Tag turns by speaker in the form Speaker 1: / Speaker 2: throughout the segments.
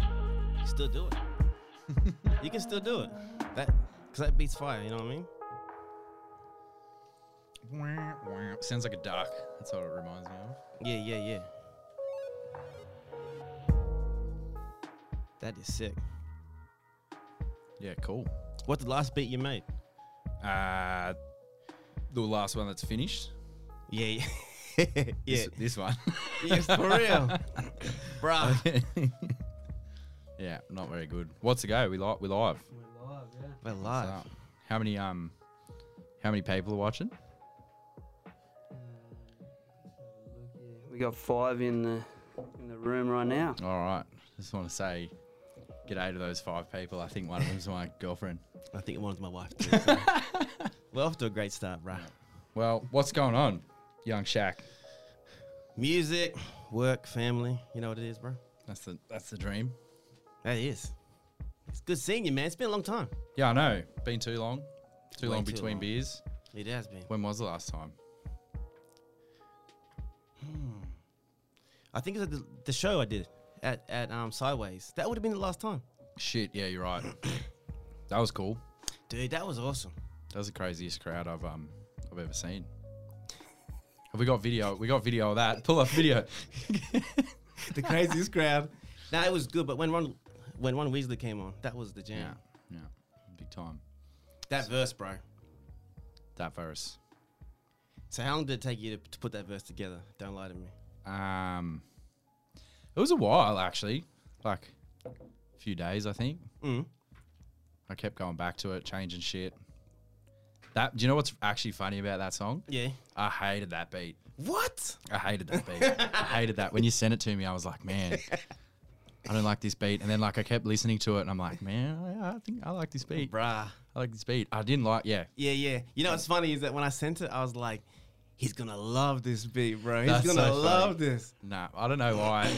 Speaker 1: can still do it. you can still do it. That because that beats fire. You know what I mean?
Speaker 2: Wah, wah. Sounds like a doc. That's what it reminds me of.
Speaker 1: Yeah, yeah, yeah. That is sick.
Speaker 2: Yeah, cool.
Speaker 1: What's the last beat you made?
Speaker 2: Uh, the last one that's finished.
Speaker 1: Yeah, yeah, yeah.
Speaker 2: This, this one.
Speaker 1: Yes, for real, bruh.
Speaker 2: yeah, not very good. What's the go? We live. We live.
Speaker 3: We're live, yeah.
Speaker 1: We're
Speaker 2: What's
Speaker 1: live.
Speaker 2: up? How many um, how many people are watching?
Speaker 3: Uh, let's have a look, yeah. We got five in the in the room right now.
Speaker 2: All right. Just want to say, g'day to those five people. I think one of them's my girlfriend.
Speaker 1: I think it was my wife. Too, so. We're off to a great start, bruh.
Speaker 2: Well, what's going on, young Shaq?
Speaker 1: Music, work, family. You know what it is, bro.
Speaker 2: That's the that's the dream.
Speaker 1: That is. It's good seeing you, man. It's been a long time.
Speaker 2: Yeah, I know. Been too long. Too
Speaker 1: Way
Speaker 2: long
Speaker 1: too
Speaker 2: between
Speaker 1: long.
Speaker 2: beers.
Speaker 1: It has been.
Speaker 2: When was the last time?
Speaker 1: I think it was at the, the show I did at at um, Sideways. That would have been the last time,
Speaker 2: Shit. Yeah, you're right. that was cool.
Speaker 1: dude. That was awesome.
Speaker 2: That was the craziest crowd I've um I've ever seen. Have we got video? We got video of that. Pull up video.
Speaker 1: the craziest crowd. Nah, it was good, but when Ron when Ron Weasley came on, that was the jam.
Speaker 2: Yeah, yeah, big time.
Speaker 1: That verse, bro.
Speaker 2: That verse.
Speaker 1: So how long did it take you to, to put that verse together? Don't lie to me.
Speaker 2: Um, it was a while actually, like a few days I think.
Speaker 1: Mm.
Speaker 2: I kept going back to it, changing shit. That do you know what's actually funny about that song?
Speaker 1: Yeah.
Speaker 2: I hated that beat.
Speaker 1: What?
Speaker 2: I hated that beat. I hated that. When you sent it to me, I was like, man, I don't like this beat. And then like I kept listening to it, and I'm like, man, I, I think I like this beat.
Speaker 1: Bruh.
Speaker 2: I like this beat. I didn't like. Yeah,
Speaker 1: Yeah, yeah. You know what's funny is that when I sent it, I was like, he's gonna love this beat, bro. He's
Speaker 2: That's
Speaker 1: gonna
Speaker 2: so funny.
Speaker 1: love this.
Speaker 2: Nah, I don't know why.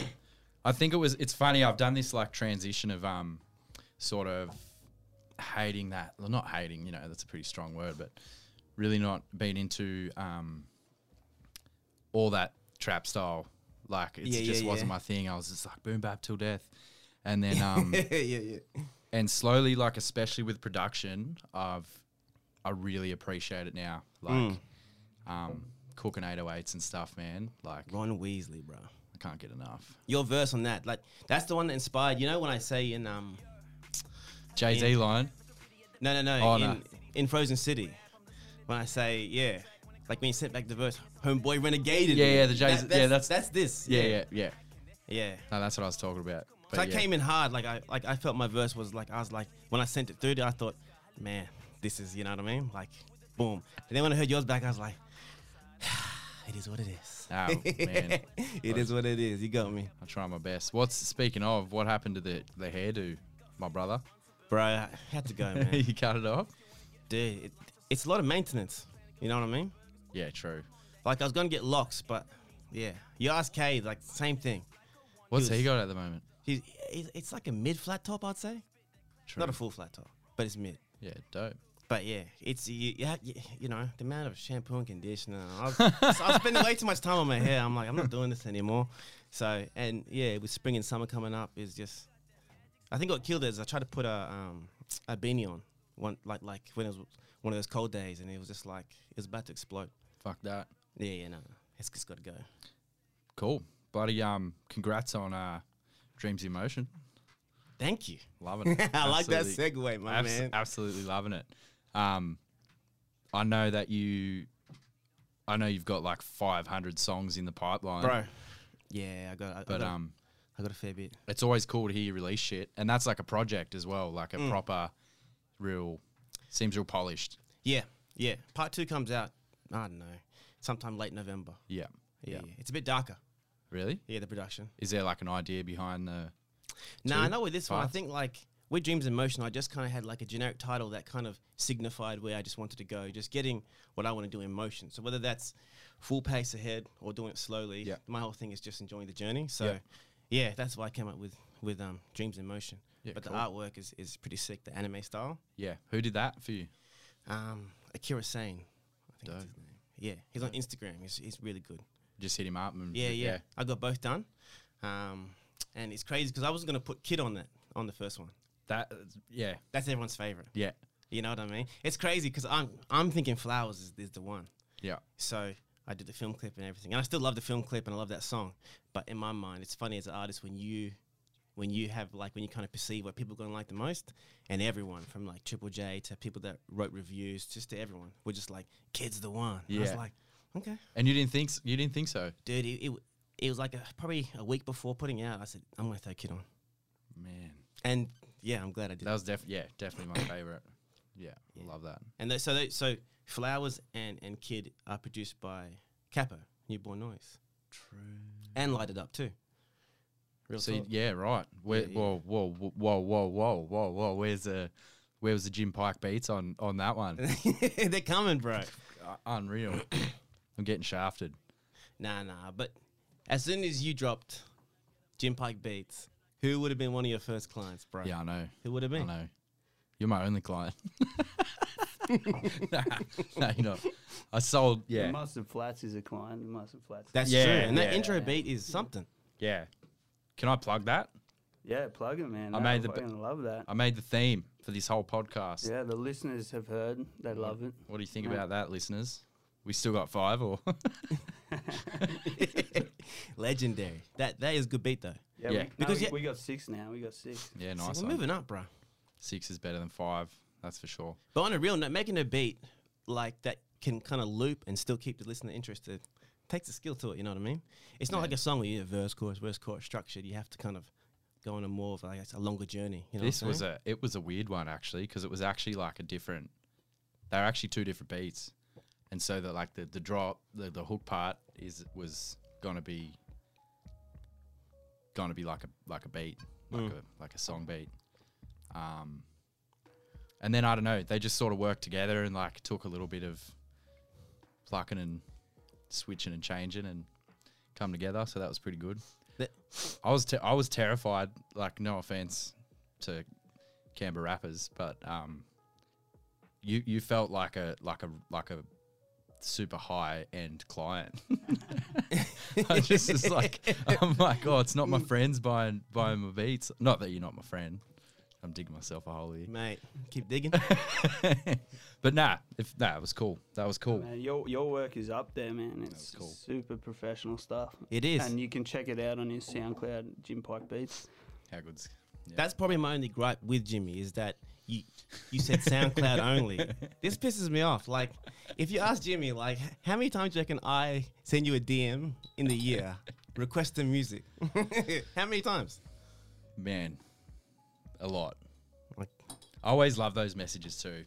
Speaker 2: I think it was. It's funny. I've done this like transition of um, sort of hating that. Well, not hating. You know, that's a pretty strong word, but really not being into um, all that trap style. Like it
Speaker 1: Yeah,
Speaker 2: just
Speaker 1: yeah,
Speaker 2: wasn't
Speaker 1: yeah.
Speaker 2: my thing. I was just like boom bap till death, and then um,
Speaker 1: yeah, yeah.
Speaker 2: and slowly, like especially with production, I've I really appreciate it now. Like um, cooking 808s and stuff, man. Like
Speaker 1: Ron Weasley, bro.
Speaker 2: I can't get enough.
Speaker 1: Your verse on that, like that's the one that inspired. You know when I say in um,
Speaker 2: Jay Z line.
Speaker 1: no, no, no,
Speaker 2: Oh,
Speaker 1: in,
Speaker 2: no.
Speaker 1: in Frozen City, when I say yeah, like when you sent back the verse, homeboy renegaded.
Speaker 2: Yeah,
Speaker 1: me.
Speaker 2: yeah, the Jay's- yeah, that's-
Speaker 1: that's this.
Speaker 2: Yeah, yeah, yeah.
Speaker 1: yeah.
Speaker 2: No, that's what I was talking about. But
Speaker 1: So I
Speaker 2: yeah.
Speaker 1: came in hard. Like I like I felt my verse was like I was like when I sent it through, I thought, man, this is you know what I mean. Like, boom. And then when I heard yours back, I was like, it is what it is.
Speaker 2: Oh, man.
Speaker 1: it is what it is. You got me,
Speaker 2: I try my best. What's speaking of? What happened to the the hairdo, my brother?
Speaker 1: bro. I had to go, man.
Speaker 2: he cut it off.
Speaker 1: Dude, it, it's a lot of maintenance. You know what I mean?
Speaker 2: Yeah, true.
Speaker 1: Like I was gonna get locks, but yeah. You ask Cade, like same thing.
Speaker 2: What's
Speaker 1: He
Speaker 2: he,
Speaker 1: was-
Speaker 2: got at the moment?
Speaker 1: He's, he's it's like a mid flat top, I'd say.
Speaker 2: True.
Speaker 1: Not a full flat top, but it's mid.
Speaker 2: yeah, dope.
Speaker 1: But yeah, it's you, you, ha- you, you know the amount of shampoo and conditioner. I was, I was spending way too much time on my hair. I'm like, I'm not doing this anymore. So and yeah, with spring and summer coming up, is just. I think what killed it is I tried to put a um, a beanie on one like like when it was one of those cold days, and it was just like it was about to explode.
Speaker 2: Fuck that.
Speaker 1: Yeah, yeah, no, no. it's just got to go.
Speaker 2: Cool. Bloody um, congrats on uh, Dreams in Motion.
Speaker 1: Thank you.
Speaker 2: Loving it.
Speaker 1: I like that
Speaker 2: Absolutely. uh,
Speaker 1: segue, my
Speaker 2: Abs-
Speaker 1: man.
Speaker 2: Absolutely loving it. Um, I know that you. I know you've got like 500 songs in the pipeline,
Speaker 1: Bro. Yeah, I got. I,
Speaker 2: But
Speaker 1: I got,
Speaker 2: um,
Speaker 1: I got a fair bit.
Speaker 2: it's always cool to hear you release shit, and that's like a project as well, like a
Speaker 1: Mm.
Speaker 2: proper, real, seems real polished.
Speaker 1: Yeah, yeah. Part two comes out. I don't know, sometime late November.
Speaker 2: Yeah,
Speaker 1: Yeah, yeah. it's a bit darker.
Speaker 2: Really?
Speaker 1: Yeah, the production.
Speaker 2: Is there like an idea behind the?
Speaker 1: nah,
Speaker 2: Two
Speaker 1: not with this one. I
Speaker 2: parts?
Speaker 1: think like with Dreams in Motion, I just kind of had like a generic title that kind of signified where I just wanted to go, just getting what I want to do in motion. So whether that's full pace ahead or doing it slowly,
Speaker 2: Yeah.
Speaker 1: my whole thing is just enjoying the journey. So
Speaker 2: Yeah.
Speaker 1: yeah, that's why I came up with with um, Dreams in Motion.
Speaker 2: Yeah,
Speaker 1: but
Speaker 2: cool.
Speaker 1: the artwork is is pretty sick, the anime style.
Speaker 2: Yeah, who did that for you?
Speaker 1: Um, Akira Sane, I think
Speaker 2: Dope.
Speaker 1: that's his name. Yeah, he's on Instagram. He's, he's really good.
Speaker 2: Just hit him up and
Speaker 1: Yeah, yeah. I got both done. Um, and it's crazy because I was going to put Kid on that. on the first one.
Speaker 2: That yeah
Speaker 1: That's everyone's favorite.
Speaker 2: yeah
Speaker 1: You know what I mean? It's crazy because I'm I'm thinking flowers is, is the one.
Speaker 2: yeah.
Speaker 1: So I did the film clip and everything, and I still love the film clip and I love that song. But in my mind, it's funny as an artist when you when you have like when you kind of perceive what people are going to like the most, and everyone from like Triple J to people that wrote reviews, just to everyone, were just like, "Kid's the one." And I was
Speaker 2: Yeah.
Speaker 1: like, okay,
Speaker 2: And you didn't think s- you didn't think so,
Speaker 1: dude. It, it, it was like a, probably a week before putting out. I said, "I'm going to throw Kid on,"
Speaker 2: man.
Speaker 1: and yeah, I'm glad I did.
Speaker 2: That was def yeah definitely my favorite. Yeah, love that.
Speaker 1: And th- so, they, so Flowers and and Kid are produced by Capo, Newborn Noise,
Speaker 2: True.
Speaker 1: and Light It Up too. Real
Speaker 2: So
Speaker 1: talk.
Speaker 2: you- yeah, right. Where,
Speaker 1: Yeah, yeah.
Speaker 2: Whoa, whoa, whoa, whoa, whoa, whoa, whoa, whoa. Where's the where was the Jim Pike beats on on that one?
Speaker 1: They're coming, bro.
Speaker 2: Uh, Unreal. I'm getting shafted.
Speaker 1: Nah, nah. But as soon as you dropped Jim Pike Beats, who would have been one of your first clients, bro?
Speaker 2: Yeah, I know.
Speaker 1: Who would have
Speaker 2: I
Speaker 1: been?
Speaker 2: know. You're my only client. nah, no, you're not. I sold.
Speaker 3: Yeah.
Speaker 2: Yeah,
Speaker 3: Mustard Flats is a client. Mustard Flats.
Speaker 1: That's
Speaker 2: Yeah,
Speaker 1: true. And that
Speaker 2: yeah.
Speaker 1: intro beat is something.
Speaker 2: yeah. Can I plug that?
Speaker 3: yeah, plug it, man.
Speaker 2: I
Speaker 3: No,
Speaker 2: made the-
Speaker 3: fucking love that.
Speaker 2: I made the theme for this whole podcast.
Speaker 3: Yeah, the listeners have heard. They love it.
Speaker 2: What do you think
Speaker 3: Yeah.
Speaker 2: about that, listeners? We still got five, or
Speaker 1: Legendary. That that is good beat though.
Speaker 2: Yeah.
Speaker 3: Yeah, We,
Speaker 1: Because
Speaker 3: because
Speaker 1: yet-
Speaker 3: we got six now. We got six.
Speaker 2: yeah,
Speaker 1: So
Speaker 2: nice.
Speaker 1: we're
Speaker 2: one.
Speaker 1: moving up, bro.
Speaker 2: Six is better than five. That's for sure.
Speaker 1: But on a real note, making a beat like that can kind of loop and still keep the listener interested takes a skill to it. You know what I mean? It's not
Speaker 2: Yeah.
Speaker 1: like a song where you have verse, chorus, verse, chorus structured. You have to kind of go on a more of like a longer journey. You know
Speaker 2: this
Speaker 1: what I'm
Speaker 2: was
Speaker 1: saying?
Speaker 2: a it was a weird one actually because it was actually like a different. They were actually two different beats, and so that like the the drop the, the hook part is was gonna be gonna be like a like a beat like
Speaker 1: Mm.
Speaker 2: a like a song beat, um, and then I don't know they just sort of worked together and like took a little bit of plucking and switching and changing and come together so that was pretty good.
Speaker 1: That-
Speaker 2: I was te- I was terrified. Like no offense to Canberra rappers, but um, you you felt like a like a like a super high end client. I just was like I'm like oh it's not my friends buying buying my beats. Not that you're not my friend. I'm digging myself a hole here.
Speaker 1: mate. Keep digging.
Speaker 2: but nah, if nah, it was cool. That was cool.
Speaker 3: Man, your your work is up there, man. It's
Speaker 2: was cool.
Speaker 3: super professional stuff.
Speaker 1: Oh, it is.
Speaker 3: And you can check it out on his SoundCloud, Jim Pike Beats.
Speaker 2: How good's
Speaker 1: That's probably my only gripe with Jimmy is that you you said SoundCloud only. This pisses me off. Like, if you ask Jimmy, like, h- how many times do you reckon I send you a DM in the year requesting music? how many times?
Speaker 2: man, a lot.
Speaker 1: Like,
Speaker 2: I always love those messages too.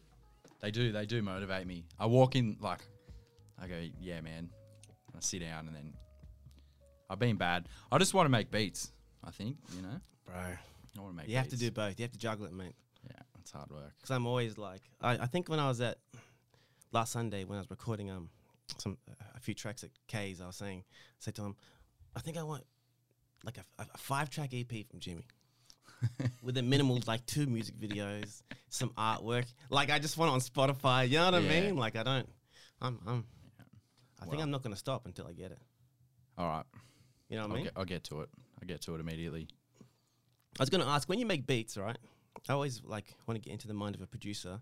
Speaker 2: They do, they do motivate me. I walk in like, I go, yeah, man. I sit down and then I've been bad. I just want to make beats. I think you know.
Speaker 1: bro,
Speaker 2: I want to make.
Speaker 1: you have to do
Speaker 2: beats.
Speaker 1: both. You have to juggle it, mate.
Speaker 2: Yeah, it's hard work.
Speaker 1: Because I'm always like, I, I think when I was at last Sunday when I was recording um some a few tracks at K's, I was saying, I said to him, I think I want like a, a five track EP from Jimmy. With a minimal like two music videos, some artwork. Like I just want it on Spotify. You know what I
Speaker 2: Yeah.
Speaker 1: mean? Like I don't. I'm. I'm. I think
Speaker 2: Wow.
Speaker 1: I'm not gonna stop until I get it.
Speaker 2: All right,
Speaker 1: You know what I
Speaker 2: I'll
Speaker 1: mean?
Speaker 2: get, I'll get to it. I'll get to it immediately.
Speaker 1: I was going to ask when you make beats, right? I always like want to get into the mind of a producer.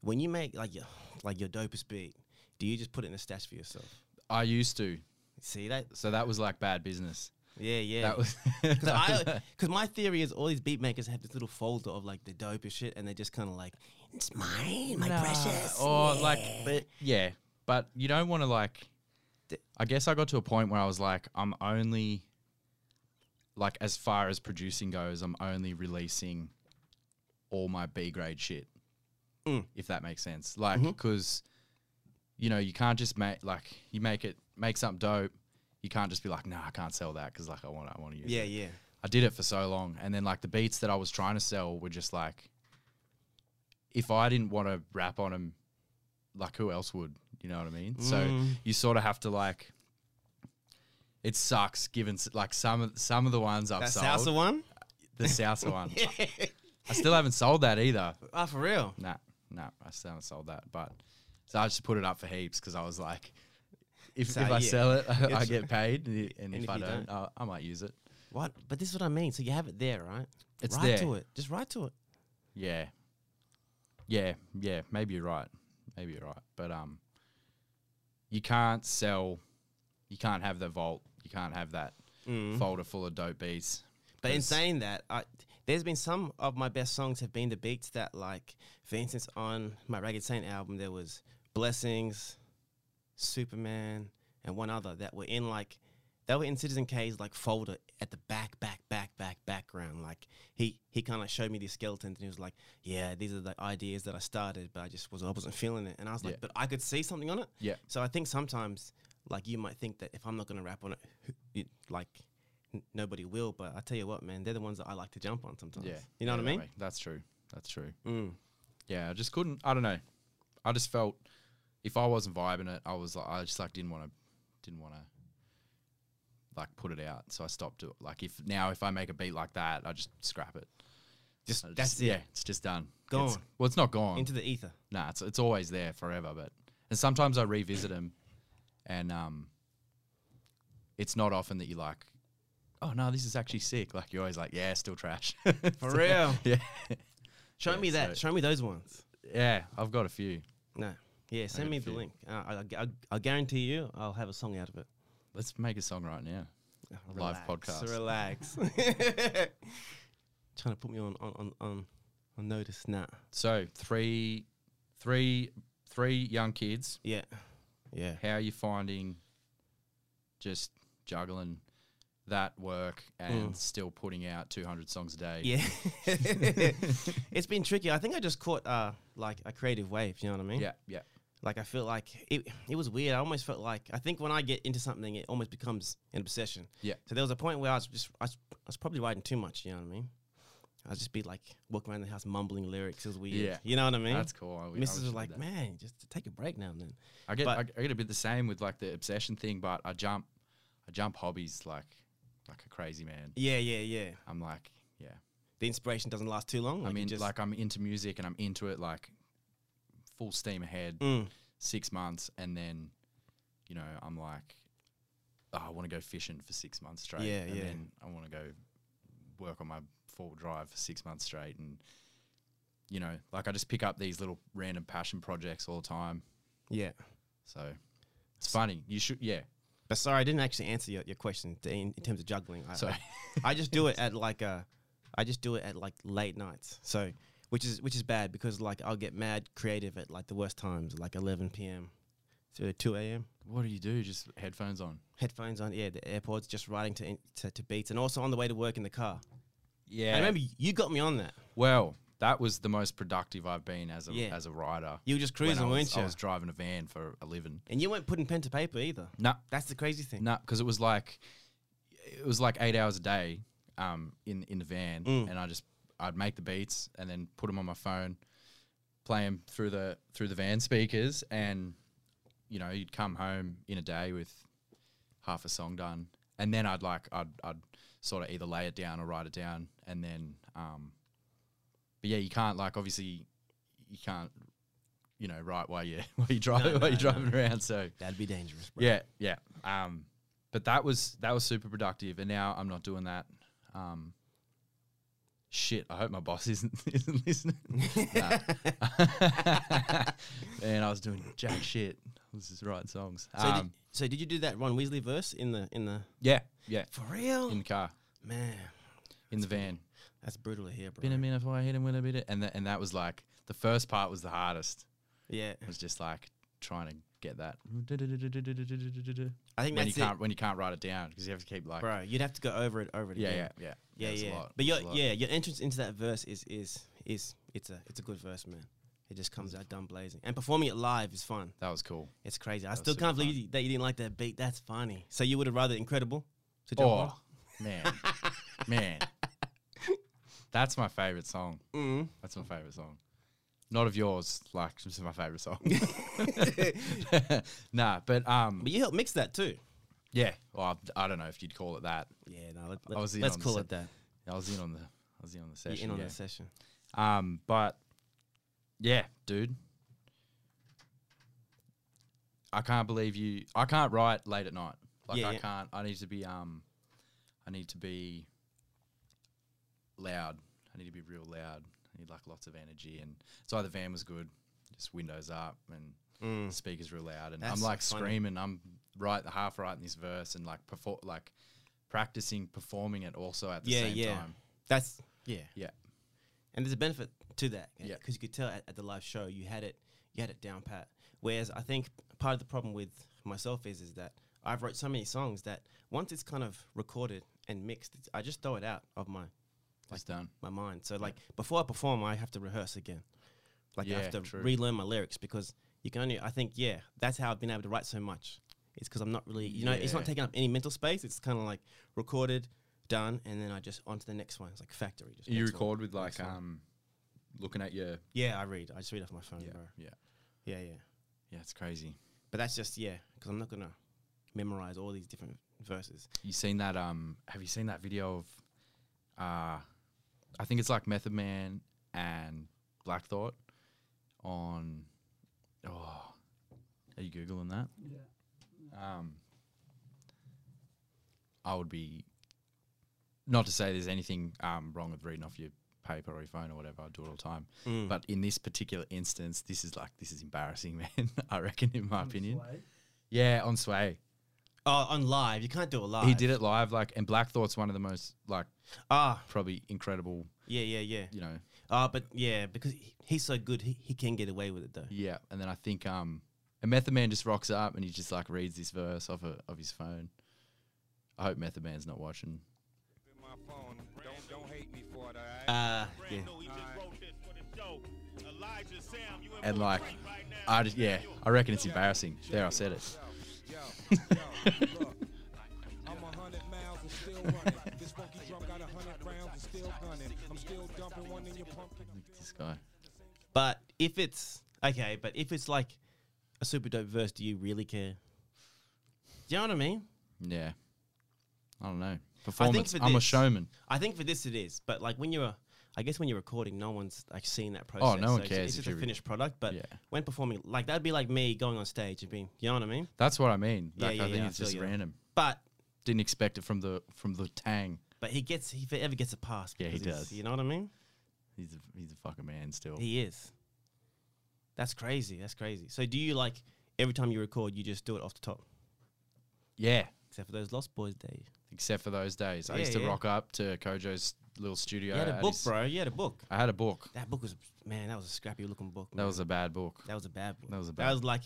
Speaker 1: When you make like your like your dopest beat, do you just put it in a stash for yourself?
Speaker 2: I used to.
Speaker 1: See that?
Speaker 2: So that was like bad business.
Speaker 1: Yeah, yeah.
Speaker 2: That was.
Speaker 1: because my theory is all these beat makers have this little folder of like the dopest shit, and they're just kind of like, "It's mine, my
Speaker 2: Nah, Oh.
Speaker 1: precious."
Speaker 2: Or
Speaker 1: yeah."
Speaker 2: like, but yeah, but you don't want to like.
Speaker 1: D-
Speaker 2: I guess I got to a point where I was like, I'm only, like, as far as producing goes, I'm only releasing all my B grade shit,
Speaker 1: Mm.
Speaker 2: if that makes sense. Like,
Speaker 1: Mhm.
Speaker 2: because you know you can't just make like you make it make something dope. You can't just be like, nah, I can't sell that because like I want I want to use. it."
Speaker 1: yeah, yeah,
Speaker 2: I did it for so long, and then like the beats that I was trying to sell were just like, if I didn't want to rap on them, like who else would? You know what I mean? So
Speaker 1: Mm.
Speaker 2: you sort of have to like. It sucks, given s- like some of some of the ones I've
Speaker 1: that's
Speaker 2: sold.
Speaker 1: Salsa one.
Speaker 2: The Sousa one, I still haven't sold that either.
Speaker 1: Ah, for real.
Speaker 2: Nah, nah, I still haven't sold that. But so I just put it up for heaps because I was like, if,
Speaker 1: So,
Speaker 2: if I
Speaker 1: yeah.
Speaker 2: sell it, I,
Speaker 1: It's-
Speaker 2: get paid, and, i- and
Speaker 1: And
Speaker 2: if,
Speaker 1: if
Speaker 2: I
Speaker 1: you
Speaker 2: don't, I, I might use it.
Speaker 1: Right, but this is what I mean. So you have it there, right?
Speaker 2: It's
Speaker 1: write
Speaker 2: there.
Speaker 1: to it. Just write to it.
Speaker 2: Yeah. Yeah, yeah, maybe you're right. Maybe you're right. But um you can't sell you can't have the vault. You can't have that
Speaker 1: Hmm.
Speaker 2: folder full of dope beats.
Speaker 1: But in
Speaker 2: 'Cause-
Speaker 1: saying that, I, there's been some of my best songs have been the beats that, like, for instance, on my Ragged Saint album, there was Blessings, Superman, and one other that were in like they were in Citizen K's like folder at the back, back, back, back, background. Like he he kind of showed me these skeletons, and he was like, "Yeah, these are the ideas that I started, but I just was I wasn't feeling it." And I was like,
Speaker 2: Yeah.
Speaker 1: "But I could see something on it."
Speaker 2: Yeah.
Speaker 1: So I think sometimes, like you might think that if I'm not gonna rap on it, who- you- like n- nobody will. But I tell you what, man, they're the ones that I like to jump on sometimes.
Speaker 2: Yeah.
Speaker 1: You know
Speaker 2: yeah,
Speaker 1: what
Speaker 2: that
Speaker 1: I mean?
Speaker 2: way. That's true. That's true.
Speaker 1: Mm.
Speaker 2: Yeah, I just couldn't I don't know. I just felt if I wasn't vibing it, I was like I just like didn't want to didn't want to like put it out. So I stopped it. Like if now if I make a beat like that, I just scrap it.
Speaker 1: Just
Speaker 2: I just-
Speaker 1: that's it.
Speaker 2: Yeah, it's just done. It's,
Speaker 1: Gone.
Speaker 2: well, it's not gone.
Speaker 1: Into the ether.
Speaker 2: nah, it's it's always there forever. But and sometimes I revisit them, and um, it's not often that you like, oh no, this is actually sick. Like you're always like, yeah, still trash.
Speaker 1: For real.
Speaker 2: yeah,
Speaker 1: Show
Speaker 2: Yeah,
Speaker 1: me that.
Speaker 2: so-
Speaker 1: Show me those ones.
Speaker 2: yeah, I've got a few.
Speaker 1: No. Yeah,
Speaker 2: got
Speaker 1: send
Speaker 2: a
Speaker 1: me the
Speaker 2: few.
Speaker 1: link. Uh, I, I, I guarantee you, I'll have a song out of it.
Speaker 2: Let's make a song right now. live podcast.
Speaker 1: Relax. Trying to put me on on on on, on notice. Nah.
Speaker 2: So three, three, three young kids.
Speaker 1: Yeah. Yeah.
Speaker 2: How are you finding just juggling that work and
Speaker 1: Mm.
Speaker 2: still putting out 200 songs a day?
Speaker 1: Yeah. it's been tricky. I think I just caught uh like a creative wave, you know what I mean?
Speaker 2: yeah, yeah.
Speaker 1: Like I feel like it it was weird. I almost felt like I think when I get into something it almost becomes an obsession.
Speaker 2: Yeah.
Speaker 1: So there was a point where I was just I was, I was probably writing too much, you know what I mean? I was just be like walking around the house mumbling lyrics. It was weird.
Speaker 2: Yeah.
Speaker 1: You know what I mean?
Speaker 2: That's cool. I, I wish
Speaker 1: Mrs.
Speaker 2: I
Speaker 1: was
Speaker 2: did
Speaker 1: like,
Speaker 2: that.
Speaker 1: man, just take a break now and then.
Speaker 2: I get
Speaker 1: But-
Speaker 2: I, I get a bit the same with like the obsession thing, but I jump I jump hobbies like like a crazy man.
Speaker 1: Yeah, yeah, yeah.
Speaker 2: I'm like, yeah.
Speaker 1: The inspiration doesn't last too long.
Speaker 2: I
Speaker 1: you
Speaker 2: mean,
Speaker 1: just,
Speaker 2: like I'm into music and I'm into it like full steam ahead,
Speaker 1: Mm.
Speaker 2: six months, and then you know I'm like, oh, I want to go fishing for six months straight,
Speaker 1: Yeah,
Speaker 2: and
Speaker 1: yeah.
Speaker 2: then I want to go work on my four wheel drive for six months straight, and you know, like I just pick up these little random passion projects all the time.
Speaker 1: yeah.
Speaker 2: So it's funny. You should, yeah.
Speaker 1: But sorry, I didn't actually answer your, your question t- in, in terms of juggling. I,
Speaker 2: Sorry.
Speaker 1: I, I just do it at like uh, I just do it at like late nights. So which is which is bad because like I'll get mad creative at like the worst times, like 11 p.m. to 2 a.m.
Speaker 2: What do you do? Just headphones on.
Speaker 1: Headphones on, yeah, the AirPods, just riding to, in, to to beats, and also on the way to work in the car.
Speaker 2: Yeah.
Speaker 1: I remember y- you got me on that.
Speaker 2: well, that was the most productive I've been as a
Speaker 1: Yeah.
Speaker 2: as a rider.
Speaker 1: You were just
Speaker 2: when
Speaker 1: cruising,
Speaker 2: I was,
Speaker 1: weren't you?
Speaker 2: I was driving a van for a living.
Speaker 1: and you weren't putting pen to paper either.
Speaker 2: No,
Speaker 1: That's the crazy thing.
Speaker 2: no, because it was like it was like eight hours a day um, in in the van,
Speaker 1: Mm.
Speaker 2: and I just I'd make the beats and then put them on my phone, play them through the through the van speakers, and you know you'd come home in a day with half a song done, and then I'd like I'd I'd sort of either lay it down or write it down, and then um, but yeah, you can't like obviously you can't you know write while you while you drive
Speaker 1: No,
Speaker 2: while
Speaker 1: no,
Speaker 2: you're driving around, so.
Speaker 1: That'd be dangerous, bro.
Speaker 2: Yeah, yeah. Um, but that was that was super productive, and now I'm not doing that. Um, shit, I hope my boss isn't isn't listening. Nah. Man, I was doing jack shit. I was just writing songs.
Speaker 1: So,
Speaker 2: Um,
Speaker 1: did, so did you do that Ron Weasley verse in the in the
Speaker 2: yeah, yeah.
Speaker 1: for real?
Speaker 2: In the car,
Speaker 1: Man,
Speaker 2: in the van.
Speaker 1: that's brutal to hear, bro.
Speaker 2: Been a minute before I hit him with a bit, of, and that and that was like the first part was the hardest.
Speaker 1: yeah,
Speaker 2: It was just like trying to get that
Speaker 1: I think
Speaker 2: when you
Speaker 1: that's
Speaker 2: can't when you can't write it down because you have to keep
Speaker 1: it,
Speaker 2: like
Speaker 1: bro. You'd have to go over it, over it.
Speaker 2: yeah yeah
Speaker 1: again.
Speaker 2: yeah
Speaker 1: yeah,
Speaker 2: it's a
Speaker 1: yeah.
Speaker 2: lot,
Speaker 1: But your
Speaker 2: it's a lot.
Speaker 1: yeah, your entrance into that verse is is is it's a it's a good verse, man. It just comes out dumb blazing, and performing it live is fun.
Speaker 2: that was cool.
Speaker 1: It's crazy. I
Speaker 2: was
Speaker 1: still
Speaker 2: super
Speaker 1: can't believe
Speaker 2: fun.
Speaker 1: you, that you didn't like that beat. That's funny. So you would have rather incredible. To jump
Speaker 2: Oh, man. man. That's my favorite song.
Speaker 1: on?
Speaker 2: That's my favorite song. Not of yours, like this is my favorite song.
Speaker 1: Mm.
Speaker 2: nah, but um
Speaker 1: but you helped mix that too.
Speaker 2: yeah, well, I, I don't know if you'd call it that.
Speaker 1: Yeah, no, let,
Speaker 2: I was in
Speaker 1: us
Speaker 2: on the
Speaker 1: call
Speaker 2: se-
Speaker 1: it that.
Speaker 2: I was in on the I was in on the
Speaker 1: You're
Speaker 2: session.
Speaker 1: in on
Speaker 2: yeah.
Speaker 1: that session.
Speaker 2: Um but yeah, dude. I can't believe you I can't write late at night. Like
Speaker 1: Yeah,
Speaker 2: I
Speaker 1: yeah.
Speaker 2: can't I need to be um I need to be loud. I need to be real loud. I need like lots of energy. And so the van was good, just windows up and
Speaker 1: Mm.
Speaker 2: speakers real loud. And I'm
Speaker 1: That's
Speaker 2: like
Speaker 1: funny.
Speaker 2: screaming. I'm right, half right in this verse and like perform, like practicing performing it also at the
Speaker 1: Yeah,
Speaker 2: same
Speaker 1: yeah.
Speaker 2: time.
Speaker 1: That's yeah,
Speaker 2: Yeah.
Speaker 1: And there's a benefit to that, yeah,
Speaker 2: Yeah.
Speaker 1: because you could tell at, at the live show you had it, you had it down pat. Whereas I think part of the problem with myself is is that I've wrote so many songs that once it's kind of recorded and mixed, it's, I just throw it out of my
Speaker 2: It's done.
Speaker 1: my mind. So like before I perform, I have to rehearse again. Like I
Speaker 2: Yeah,
Speaker 1: have to
Speaker 2: true.
Speaker 1: relearn my lyrics because you can only. I think yeah, that's how I've been able to write so much. It's because I'm not really, you know, it's not
Speaker 2: Yeah.
Speaker 1: taking up any mental space. It's kind of like recorded, done, and then I just on to the next one. It's like factory. Just
Speaker 2: You
Speaker 1: next one.
Speaker 2: record with like
Speaker 1: Excellent.
Speaker 2: um, looking at your
Speaker 1: Yeah, I read. I just read off my phone,
Speaker 2: yeah,
Speaker 1: bro.
Speaker 2: yeah,
Speaker 1: Yeah, yeah.
Speaker 2: yeah. It's crazy.
Speaker 1: But that's just yeah, because I'm not gonna memorize all these different verses.
Speaker 2: You seen that? Um, have you seen that video of? Uh, I think it's like Method Man and Black Thought on. Oh, are you googling that?
Speaker 3: Yeah.
Speaker 2: Um, I would be. Not to say there's anything um, wrong with reading off your paper or your phone or whatever. I do it all the time. But in this particular instance, this is like this is embarrassing, man. I reckon, in my opinion. Yeah, on Sway.
Speaker 1: oh, on live, you can't do it live.
Speaker 2: He did it live, like, and Black Thought's one of the most, like,
Speaker 1: Ah,
Speaker 2: probably incredible,
Speaker 1: yeah, yeah, yeah.
Speaker 2: you know.
Speaker 1: Ah, but yeah, because he- he's so good, he, he can get away with it though.
Speaker 2: Yeah, and then I think, um, and Method Man just rocks up and he just like reads this verse off a, of his phone. I hope Method Man's not watching.
Speaker 4: in my phone. Don't, don't hate me for it, alright?
Speaker 1: Ah, yeah.
Speaker 5: Brand new, he just wrote this for the show. Elijah Sam, you in
Speaker 2: And,
Speaker 5: for a
Speaker 2: like,
Speaker 5: treat right now.
Speaker 2: I just, yeah, I reckon it's embarrassing. There, I said it.
Speaker 4: Yo, yo, yo, look. I'm a hundred miles and still running. This funky drum got a hundred rounds and still gunning. I'm still dumping one in your pumpkin.
Speaker 2: This guy.
Speaker 1: But if it's okay, but if it's like a super dope verse, do you really care? Do you know what I mean?
Speaker 2: Yeah. I don't know. Performance.
Speaker 1: for
Speaker 2: I'm a
Speaker 1: this-
Speaker 2: showman.
Speaker 1: I think for this it is, but like when you're, I guess when you're recording, no one's like seeing that process.
Speaker 2: Oh, no one
Speaker 1: it's-
Speaker 2: cares
Speaker 1: It's
Speaker 2: if
Speaker 1: just a
Speaker 2: you're-
Speaker 1: finished product, but
Speaker 2: Yeah.
Speaker 1: when performing, like that'd be like me going on stage and being, you know what I mean?
Speaker 2: That's what I mean.
Speaker 1: Yeah,
Speaker 2: Like,
Speaker 1: yeah,
Speaker 2: I think
Speaker 1: yeah, I
Speaker 2: it's
Speaker 1: feel
Speaker 2: just
Speaker 1: you.
Speaker 2: random.
Speaker 1: But
Speaker 2: Didn't expect it from the from the tang.
Speaker 1: but he gets he forever gets a pass.
Speaker 2: Yeah, he
Speaker 1: because he's-
Speaker 2: does.
Speaker 1: You know what I mean?
Speaker 2: He's a, he's a fucking man still.
Speaker 1: He is. That's crazy. That's crazy. So do you like every time you record, you just do it off the top,
Speaker 2: Yeah.
Speaker 1: except for those Lost Boys days?
Speaker 2: Except for those days, I
Speaker 1: Yeah,
Speaker 2: used to
Speaker 1: yeah.
Speaker 2: rock up to Kojo's little studio.
Speaker 1: You had a
Speaker 2: at
Speaker 1: book,
Speaker 2: his-
Speaker 1: bro. You had a book.
Speaker 2: I had a book.
Speaker 1: That book was man. That was a scrappy looking book.
Speaker 2: That
Speaker 1: man.
Speaker 2: was a bad book.
Speaker 1: that was a bad book.
Speaker 2: that was a
Speaker 1: That
Speaker 2: bad-
Speaker 1: was like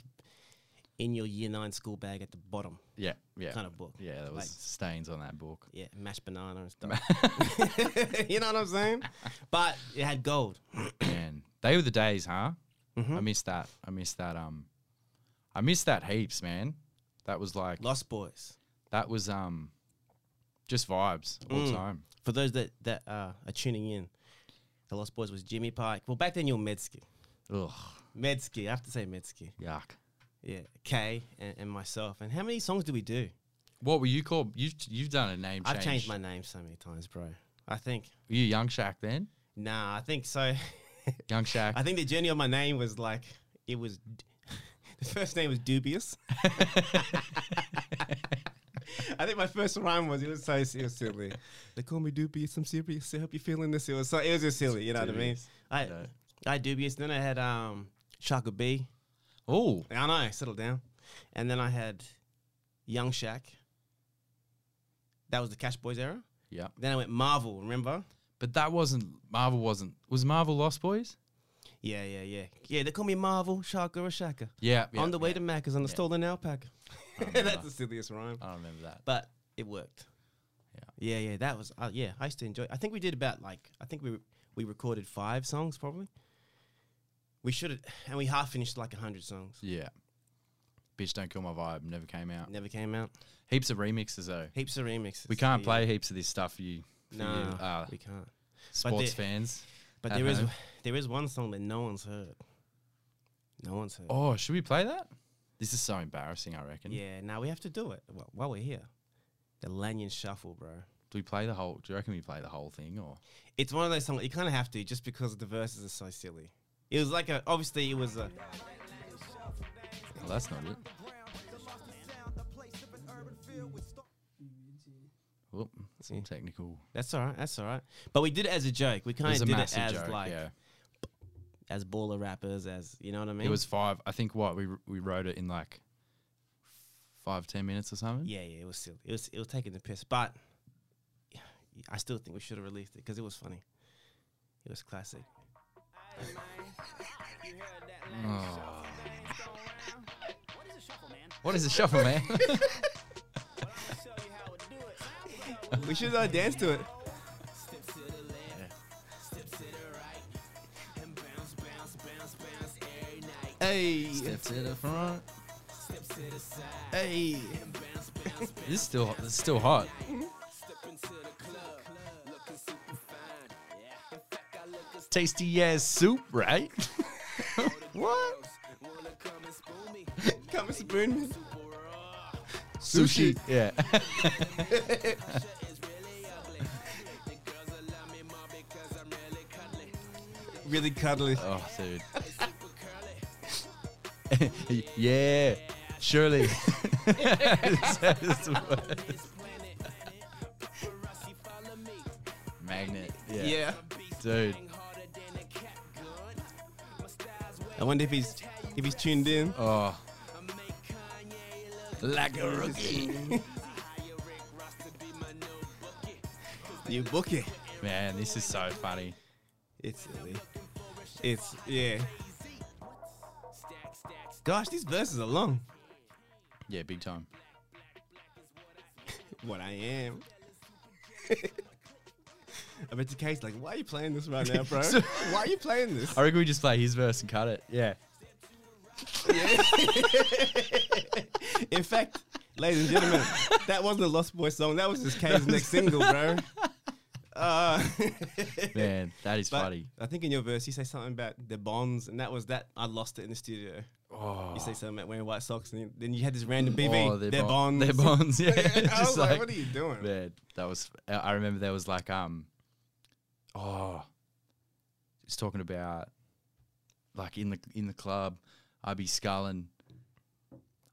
Speaker 1: in your year nine school bag at the bottom
Speaker 2: Yeah, yeah,
Speaker 1: kind of book.
Speaker 2: yeah. There was
Speaker 1: like-
Speaker 2: stains on that book.
Speaker 1: Yeah, mashed banana and stuff. you know what I'm saying? But it had gold.
Speaker 2: And they were the days, huh?
Speaker 1: Mm-hmm.
Speaker 2: I missed that. I missed that. Um, I missed that heaps, man. That was like
Speaker 1: Lost Boys.
Speaker 2: that was um, just vibes all the
Speaker 1: Mm.
Speaker 2: time.
Speaker 1: For those that that uh, are tuning in, the Lost Boys was Jimmy Pike. Well, back then you were Medsky.
Speaker 2: Ugh,
Speaker 1: Medsky, I have to say Medsky.
Speaker 2: yuck.
Speaker 1: Yeah, Kay and, and myself. And how many songs do we do?
Speaker 2: What were you called? You you've done a name change.
Speaker 1: I've changed my name so many times, bro. I think.
Speaker 2: Were you Young Shaq then?
Speaker 1: Nah, I think so.
Speaker 2: Young Shaq.
Speaker 1: I think the journey of my name was like it was. d- the first name was dubious. I think my first rhyme was it was so it was silly. They call me dubious. I'm serious. I hope you're feeling this. It was so it was just silly. You know
Speaker 2: Dubious.
Speaker 1: what I mean? I
Speaker 2: No.
Speaker 1: I dubious. Then I had um Chaka B.
Speaker 2: oh,
Speaker 1: I know. Settle down. And then I had Young Shaq. That was the Cash Boys era.
Speaker 2: yeah.
Speaker 1: Then I went Marvel. Remember?
Speaker 2: But that wasn't Marvel. Wasn't was Marvel Lost Boys?
Speaker 1: Yeah, yeah, yeah. Yeah, they call me Marvel, Shaka, or Shaka.
Speaker 2: Yeah. yeah,
Speaker 1: on the way
Speaker 2: yeah.
Speaker 1: to Macca's on the
Speaker 2: yeah.
Speaker 1: stolen alpaca. That's the silliest rhyme.
Speaker 2: I don't remember that.
Speaker 1: But it worked. Yeah, yeah, that was uh, yeah. I used to enjoy. I think we did about like I think we we recorded five songs probably. We should have, and we half finished like hundred songs.
Speaker 2: Yeah. Bitch, don't kill my vibe. Never came out.
Speaker 1: Never came out.
Speaker 2: Heaps of remixes though.
Speaker 1: Heaps of remixes.
Speaker 2: We can't
Speaker 1: Yeah.
Speaker 2: play heaps of this stuff for you, for
Speaker 1: No,
Speaker 2: you uh,
Speaker 1: we can't.
Speaker 2: sports
Speaker 1: there-
Speaker 2: fans.
Speaker 1: But
Speaker 2: at
Speaker 1: there is
Speaker 2: home.
Speaker 1: there is one song that no one's heard. No one's heard.
Speaker 2: Oh, should we play that? This is so embarrassing. I reckon.
Speaker 1: Yeah, now we have to do it wh- while we're here. The Lanyon Shuffle, bro.
Speaker 2: Do we play the whole? Do you reckon we play the whole thing or?
Speaker 1: it's one of those songs you kind of have to just because the verses are so silly. It was like a obviously it was a
Speaker 2: Well, that's not it. Whoop, some
Speaker 1: Yeah.
Speaker 2: technical.
Speaker 1: That's all right. That's all right. But we did it as a joke. We kind
Speaker 2: was
Speaker 1: of
Speaker 2: a
Speaker 1: did it
Speaker 2: massive
Speaker 1: as
Speaker 2: joke.
Speaker 1: like
Speaker 2: yeah,
Speaker 1: as baller rappers, as you know what I mean.
Speaker 2: it was five. I think what we we wrote it in like five ten minutes or something.
Speaker 1: Yeah, yeah. It was silly. It was it was taking the piss, but I still think we should have released it because it was funny. It was classic.
Speaker 2: Oh.
Speaker 6: What is a shuffle, man?
Speaker 2: What is a shuffle, man?
Speaker 6: Well, I'm gonna show you how to do it.
Speaker 1: We should have danced to it.
Speaker 6: Step to the left, step to the right, and bounce, bounce, bounce, bounce every night.
Speaker 1: Hey,
Speaker 2: Step to the front.
Speaker 6: Step to the side,
Speaker 1: hey.
Speaker 6: and bounce, bounce, bounce.
Speaker 2: This is still this is still hot.
Speaker 6: Step into the club, looking super fine. Yeah. In fact, I look as
Speaker 2: Tasty as soup, right?
Speaker 1: What?
Speaker 6: wanna come and spoon me.
Speaker 1: Come and spoon me.
Speaker 6: Super raw.
Speaker 2: Sushi. Yeah.
Speaker 6: Pressure is really ugly. The girls will love me more because I'm really cuddly.
Speaker 1: Really cuddly.
Speaker 2: Oh, dude. yeah. Surely. Magnet. Yeah.
Speaker 1: yeah.
Speaker 2: Dude.
Speaker 1: I wonder if he's if he's tuned in.
Speaker 2: Oh. Like a rookie.
Speaker 1: You book it.
Speaker 2: Man, this is so funny.
Speaker 1: It's silly. It's yeah. Gosh, these verses are long.
Speaker 2: Yeah, big time.
Speaker 1: What I am. I bet the case like, why are you playing this right now, bro?
Speaker 2: So-
Speaker 1: why are you playing this?
Speaker 2: I reckon we just play his verse and cut it. Yeah.
Speaker 1: In fact, ladies and gentlemen, that wasn't a Lost Boy song. That was just K's next single, bro. Uh,
Speaker 2: Man, that is
Speaker 1: but
Speaker 2: funny.
Speaker 1: I think in your verse you say something about the bombs, and that was that. I lost it in the studio.
Speaker 2: Oh.
Speaker 1: You say something about wearing white socks, and then you had this random BB.
Speaker 2: Oh,
Speaker 1: they're,
Speaker 2: bon-
Speaker 1: bonds.
Speaker 2: They're bonds. Yeah.
Speaker 1: I was
Speaker 2: Just
Speaker 1: like,
Speaker 2: like-
Speaker 1: what are you doing?
Speaker 2: Man, that was. I- I remember there was like um, oh, it's talking about like in the in the club, I be sculling.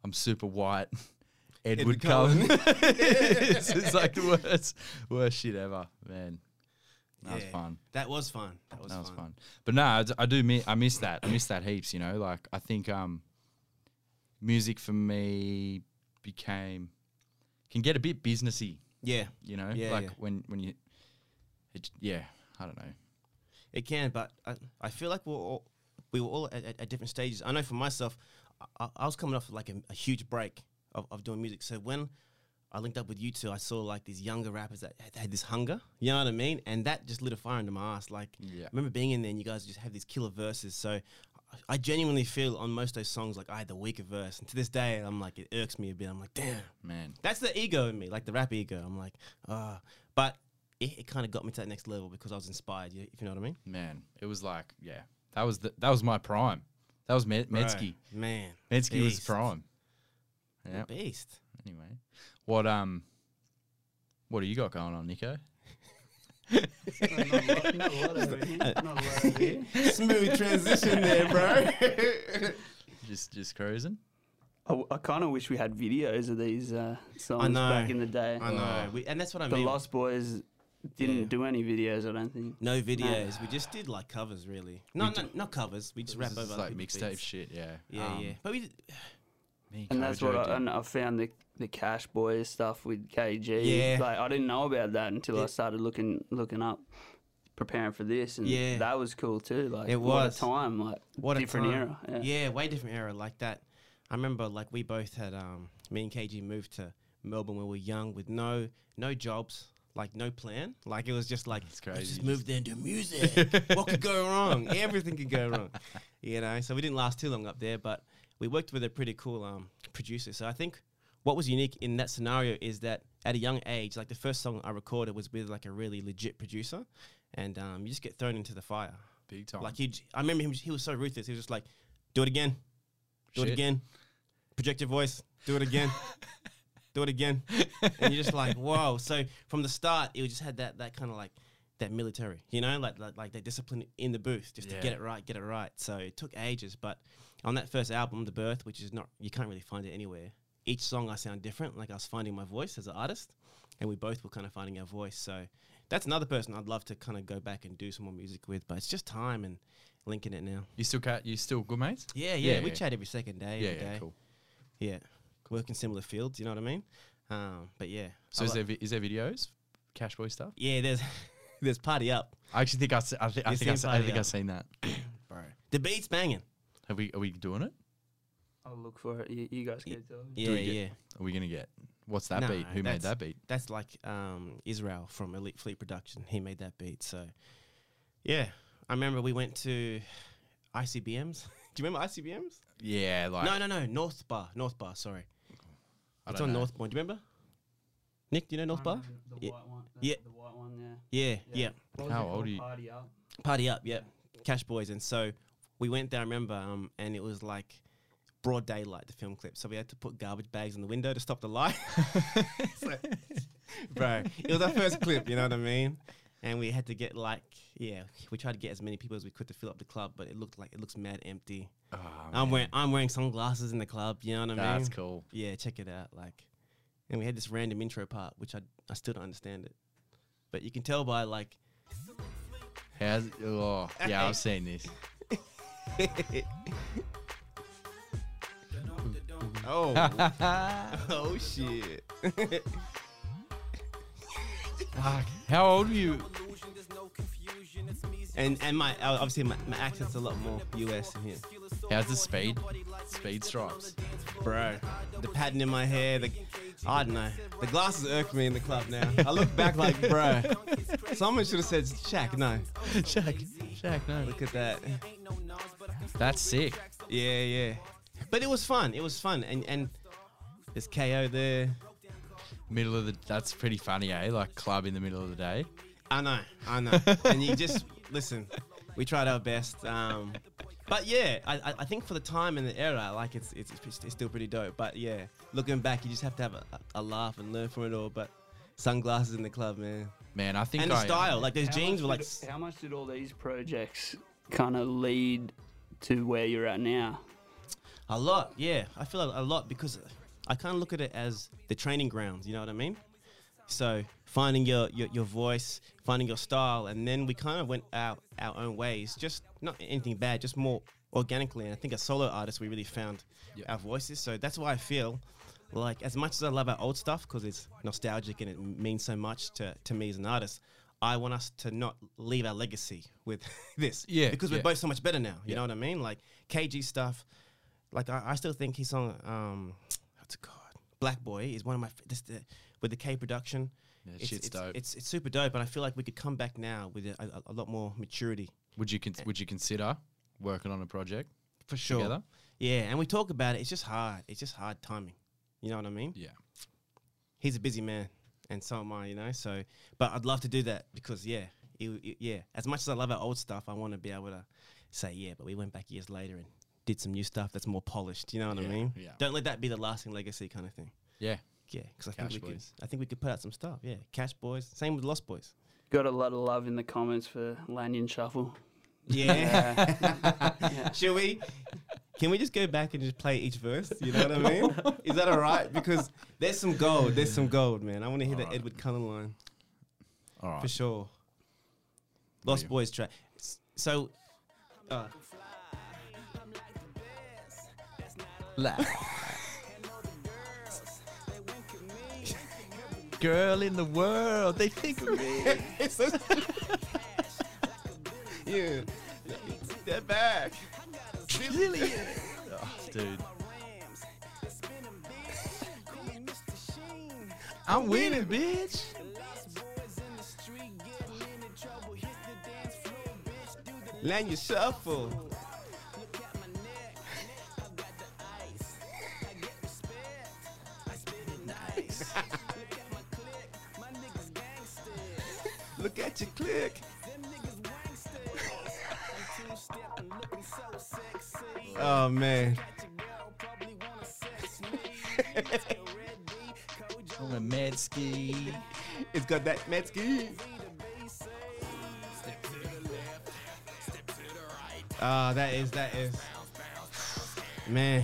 Speaker 2: I'm super white. Edward Cullen.
Speaker 1: Cullen.
Speaker 2: it's, it's like the worst worst shit ever, man. That was
Speaker 1: Yeah.
Speaker 2: fun.
Speaker 1: That was fun. That was,
Speaker 2: that was
Speaker 1: fun.
Speaker 2: fun. But no, I d- I do miss, I miss that. I miss that heaps. You know, like I think um, music for me became can get a bit businessy
Speaker 1: Yeah,
Speaker 2: you know
Speaker 1: Yeah,
Speaker 2: like
Speaker 1: yeah.
Speaker 2: when when you it, yeah i don't know
Speaker 1: it can, but I, I feel like we're all, we were all at, at, at different stages. I know for myself, I, I- I was coming off like a, a huge break of, of doing music. So when I linked up with you two, I saw like these younger rappers that had, had this hunger. You know what I mean? And that just lit a fire into my ass. Like,
Speaker 2: Yeah.
Speaker 1: I remember being in there and you guys just have these killer verses. So I- I genuinely feel on most of those songs like I had the weaker verse. And to this day, I'm like, it irks me a bit. I'm like, damn.
Speaker 2: man
Speaker 1: That's the ego in me, like the rap ego. I'm like, ah. But it, it kind of got me to that next level because I was inspired, you, if you know what I mean?
Speaker 2: man it was like yeah that was the, that was my prime that was Med- medsky
Speaker 1: Right. Man.
Speaker 2: medsky was
Speaker 1: Beast.
Speaker 2: prime yeah
Speaker 1: Beast.
Speaker 2: anyway what um what do you got going on nico
Speaker 3: Not a lot over here. Not a lot over here.
Speaker 1: Smooth transition there, bro.
Speaker 2: just just cruising
Speaker 3: I, I kind of wish we had videos of these uh, songs
Speaker 1: know.
Speaker 3: back in the day.
Speaker 1: I know. We, and that's what I
Speaker 3: The
Speaker 1: mean.
Speaker 3: Lost Boys didn't
Speaker 1: Yeah.
Speaker 3: do any videos, I don't think.
Speaker 1: no videos. We just did like covers, really. No, no not covers. We just rap
Speaker 2: This
Speaker 1: over
Speaker 2: is
Speaker 1: other
Speaker 2: like
Speaker 1: people's
Speaker 2: mixtape
Speaker 1: beats.
Speaker 2: shit yeah
Speaker 1: Yeah,
Speaker 2: Um,
Speaker 1: yeah. But we did,
Speaker 2: me
Speaker 3: And that's
Speaker 2: Kojo
Speaker 3: what I,
Speaker 2: did.
Speaker 3: and I found the the Cash Boys stuff with KG.
Speaker 1: Yeah.
Speaker 3: Like I didn't know about that until
Speaker 1: Yeah.
Speaker 3: I started looking looking up, preparing for this, and
Speaker 1: Yeah.
Speaker 3: that was cool too. Like
Speaker 1: It
Speaker 3: what
Speaker 1: was.
Speaker 3: a time, like
Speaker 1: what
Speaker 3: different
Speaker 1: a time.
Speaker 3: era. Yeah.
Speaker 1: Yeah. way different era like that. I remember like we both had um me and KG moved to Melbourne when we were young with no no jobs, like no plan. Like it was just like
Speaker 2: That's
Speaker 1: let's
Speaker 2: crazy.
Speaker 1: just move there and do music. what could go wrong? Everything could go wrong. You know, so we didn't last too long up there, but we worked with a pretty cool um producer. So I think what was unique in that scenario is that at a young age, like the first song I recorded was with like a really legit producer, and um, you just get thrown into the fire.
Speaker 2: big time
Speaker 1: Like he, j- I remember him. He was so ruthless. He was just like, "Do it again, do
Speaker 2: Shit.
Speaker 1: it again, project your voice, do it again, do it again," and you're just like, "Whoa!" So from the start, it just had that that kind of like that military, you know, like like, like that discipline in the booth just
Speaker 2: Yeah.
Speaker 1: to get it right, get it right. So it took ages, but on that first album, The Birth, which is not you can't really find it anywhere. Each song I sound different. Like I was finding my voice as an artist, and we both were kind of finding our voice. So that's another person I'd love to kind of go back and do some more music with, but it's just time and linking it now.
Speaker 2: You still cat? You still good mates?
Speaker 1: Yeah, yeah,
Speaker 2: Yeah,
Speaker 1: we
Speaker 2: yeah.
Speaker 1: chat every second day.
Speaker 2: Yeah,
Speaker 1: every
Speaker 2: yeah,
Speaker 1: day.
Speaker 2: cool.
Speaker 1: Yeah, work in similar fields. You know what I mean? Um, but yeah.
Speaker 2: So
Speaker 1: I
Speaker 2: is
Speaker 1: li-
Speaker 2: there vi- is there videos, Cash Boy stuff?
Speaker 1: Yeah, there's there's party up,
Speaker 2: I actually think I se- I, thi- I
Speaker 1: You
Speaker 2: think I,
Speaker 1: seen
Speaker 2: se- I
Speaker 1: Party
Speaker 2: think I've
Speaker 1: Up?
Speaker 2: seen that.
Speaker 1: bro. The beat's banging.
Speaker 2: Have we are we doing it?
Speaker 3: I'll look for it. You, you guys
Speaker 1: Y-
Speaker 3: go tell me.
Speaker 1: Yeah,
Speaker 2: we get-
Speaker 1: yeah.
Speaker 2: Are we gonna get? What's that
Speaker 1: No,
Speaker 2: beat? Who made
Speaker 1: that's-
Speaker 2: that beat?
Speaker 1: That's like um, Israel from Elite Fleet Production. He made that beat. So yeah, I remember we went to ICBMs. Do you remember ICBMs?
Speaker 2: Yeah, like
Speaker 1: No, no, no. North Bar. North Bar. Sorry,
Speaker 2: I
Speaker 1: it's
Speaker 2: don't
Speaker 1: on
Speaker 2: know.
Speaker 1: North Point. Do you remember? Nick, do you know North Bar?
Speaker 3: Um, The
Speaker 1: Yeah.
Speaker 3: white one.
Speaker 1: Yeah.
Speaker 3: The white one, yeah.
Speaker 1: Yeah, yeah.
Speaker 3: What was
Speaker 2: How old
Speaker 3: it called?
Speaker 2: are you?
Speaker 3: Party up.
Speaker 1: Party up, yeah. Cash Boys. And so we went there, I remember, um, and it was like broad daylight, the film clip. So we had to put garbage bags in the window to stop the light. So- bro, it was our first clip, you know what I mean? And we had to get like, yeah, we tried to get as many people as we could to fill up the club, but it looked like it looks mad empty.
Speaker 2: Ah,
Speaker 1: I'm
Speaker 2: man,
Speaker 1: wearing I'm wearing sunglasses in the club, you know what I mean?
Speaker 2: That's cool.
Speaker 1: Yeah, check it out. Like, and we had this random intro part, which I I still don't understand it, but you can tell by like
Speaker 2: How's oh yeah, I've seen this.
Speaker 1: Oh. oh shit.
Speaker 2: Fuck. How old were you?
Speaker 6: Illusion, there's no confusion, it's me,
Speaker 1: and and my uh, obviously my, my accent's a lot more US than here.
Speaker 2: How's the speed? Speed stripes.
Speaker 1: Bro. The pattern in my hair, the I don't know. The glasses irk me in the club now. I look back like bro. Someone should have said Shaq, no.
Speaker 2: Shaq, Shaq, no.
Speaker 1: Look at that.
Speaker 2: That's sick.
Speaker 1: Yeah, yeah. But it was fun. It was fun. And and there's KO there.
Speaker 2: Middle of the. That's pretty funny, eh? Like club in the middle of the day.
Speaker 1: I know, I know. and you just listen. We tried our best, um, but yeah, I, I- I think for the time and the era, like it's it's, it's it's still pretty dope. But yeah, looking back, you just have to have a, a laugh and learn from it all. But sunglasses in the club, man,
Speaker 2: Man, I think
Speaker 1: and the
Speaker 2: I, uh,
Speaker 1: style, like those
Speaker 3: How
Speaker 1: jeans
Speaker 3: much
Speaker 1: were like,
Speaker 3: did-
Speaker 1: s-
Speaker 3: how much did all these projects kind of lead to where you're at now?
Speaker 1: A lot, yeah. I feel a, a lot because I kind of look at it as the training grounds. You know what I mean? So finding your, your, your voice, finding your style, and then we kind of went out our own ways. Just not anything bad, just more organically. And I think as solo artists, we really found
Speaker 2: Yep.
Speaker 1: our voices. So that's why I feel like as much as I love our old stuff because it's nostalgic and it m- means so much to, to me as an artist. I want us to not leave our legacy with this,
Speaker 2: Yeah,
Speaker 1: because
Speaker 2: yeah.
Speaker 1: we're both so much better now. You
Speaker 2: Yeah.
Speaker 1: know what I mean? Like KG stuff, like I, I still think his song um what's it called black boy is one of my f- this the, with the k production
Speaker 2: Yeah,
Speaker 1: it's,
Speaker 2: shit's
Speaker 1: it's,
Speaker 2: dope.
Speaker 1: it's it's super dope and i feel like we could come back now with a, a, a lot more maturity
Speaker 2: Would you con- would you consider working on a project
Speaker 1: for sure
Speaker 2: together?
Speaker 1: yeah and we talk about it it's just hard it's just hard timing you know what i mean
Speaker 2: Yeah.
Speaker 1: he's a busy man and so am i you know so but i'd love to do that because yeah it, it- yeah as much as i love our old stuff i want to be able to say yeah but we went back years later and did some new stuff that's more polished you know what
Speaker 2: Yeah,
Speaker 1: i mean
Speaker 2: yeah.
Speaker 1: don't let that be the lasting legacy kind of thing
Speaker 2: Yeah.
Speaker 1: Yeah, because I
Speaker 2: Cash
Speaker 1: think we could.
Speaker 2: Boys.
Speaker 1: I think we could put out some stuff. Yeah, Cash Boys. Same with Lost Boys.
Speaker 3: Got a lot of love in the comments for Lanyon Shuffle.
Speaker 1: Yeah.
Speaker 3: yeah.
Speaker 1: Should we? Can we just go back and just play each verse? You know what I mean? Is that all right? Because there's some gold. There's some gold, man. I want to hear the
Speaker 2: Alright.
Speaker 1: Edward Cullen line
Speaker 2: All right.
Speaker 1: for sure. Lost
Speaker 2: you-
Speaker 1: Boys track. S- So, uh,
Speaker 2: Girl in the world, they think of me.
Speaker 1: it's so yeah, step back.
Speaker 2: Dude. I'm winning, bitch.
Speaker 1: Land your shuffle. Look at your click. Oh man.
Speaker 2: I'm a med ski.
Speaker 1: It's got that Metzky. Ah, that is that is. Man,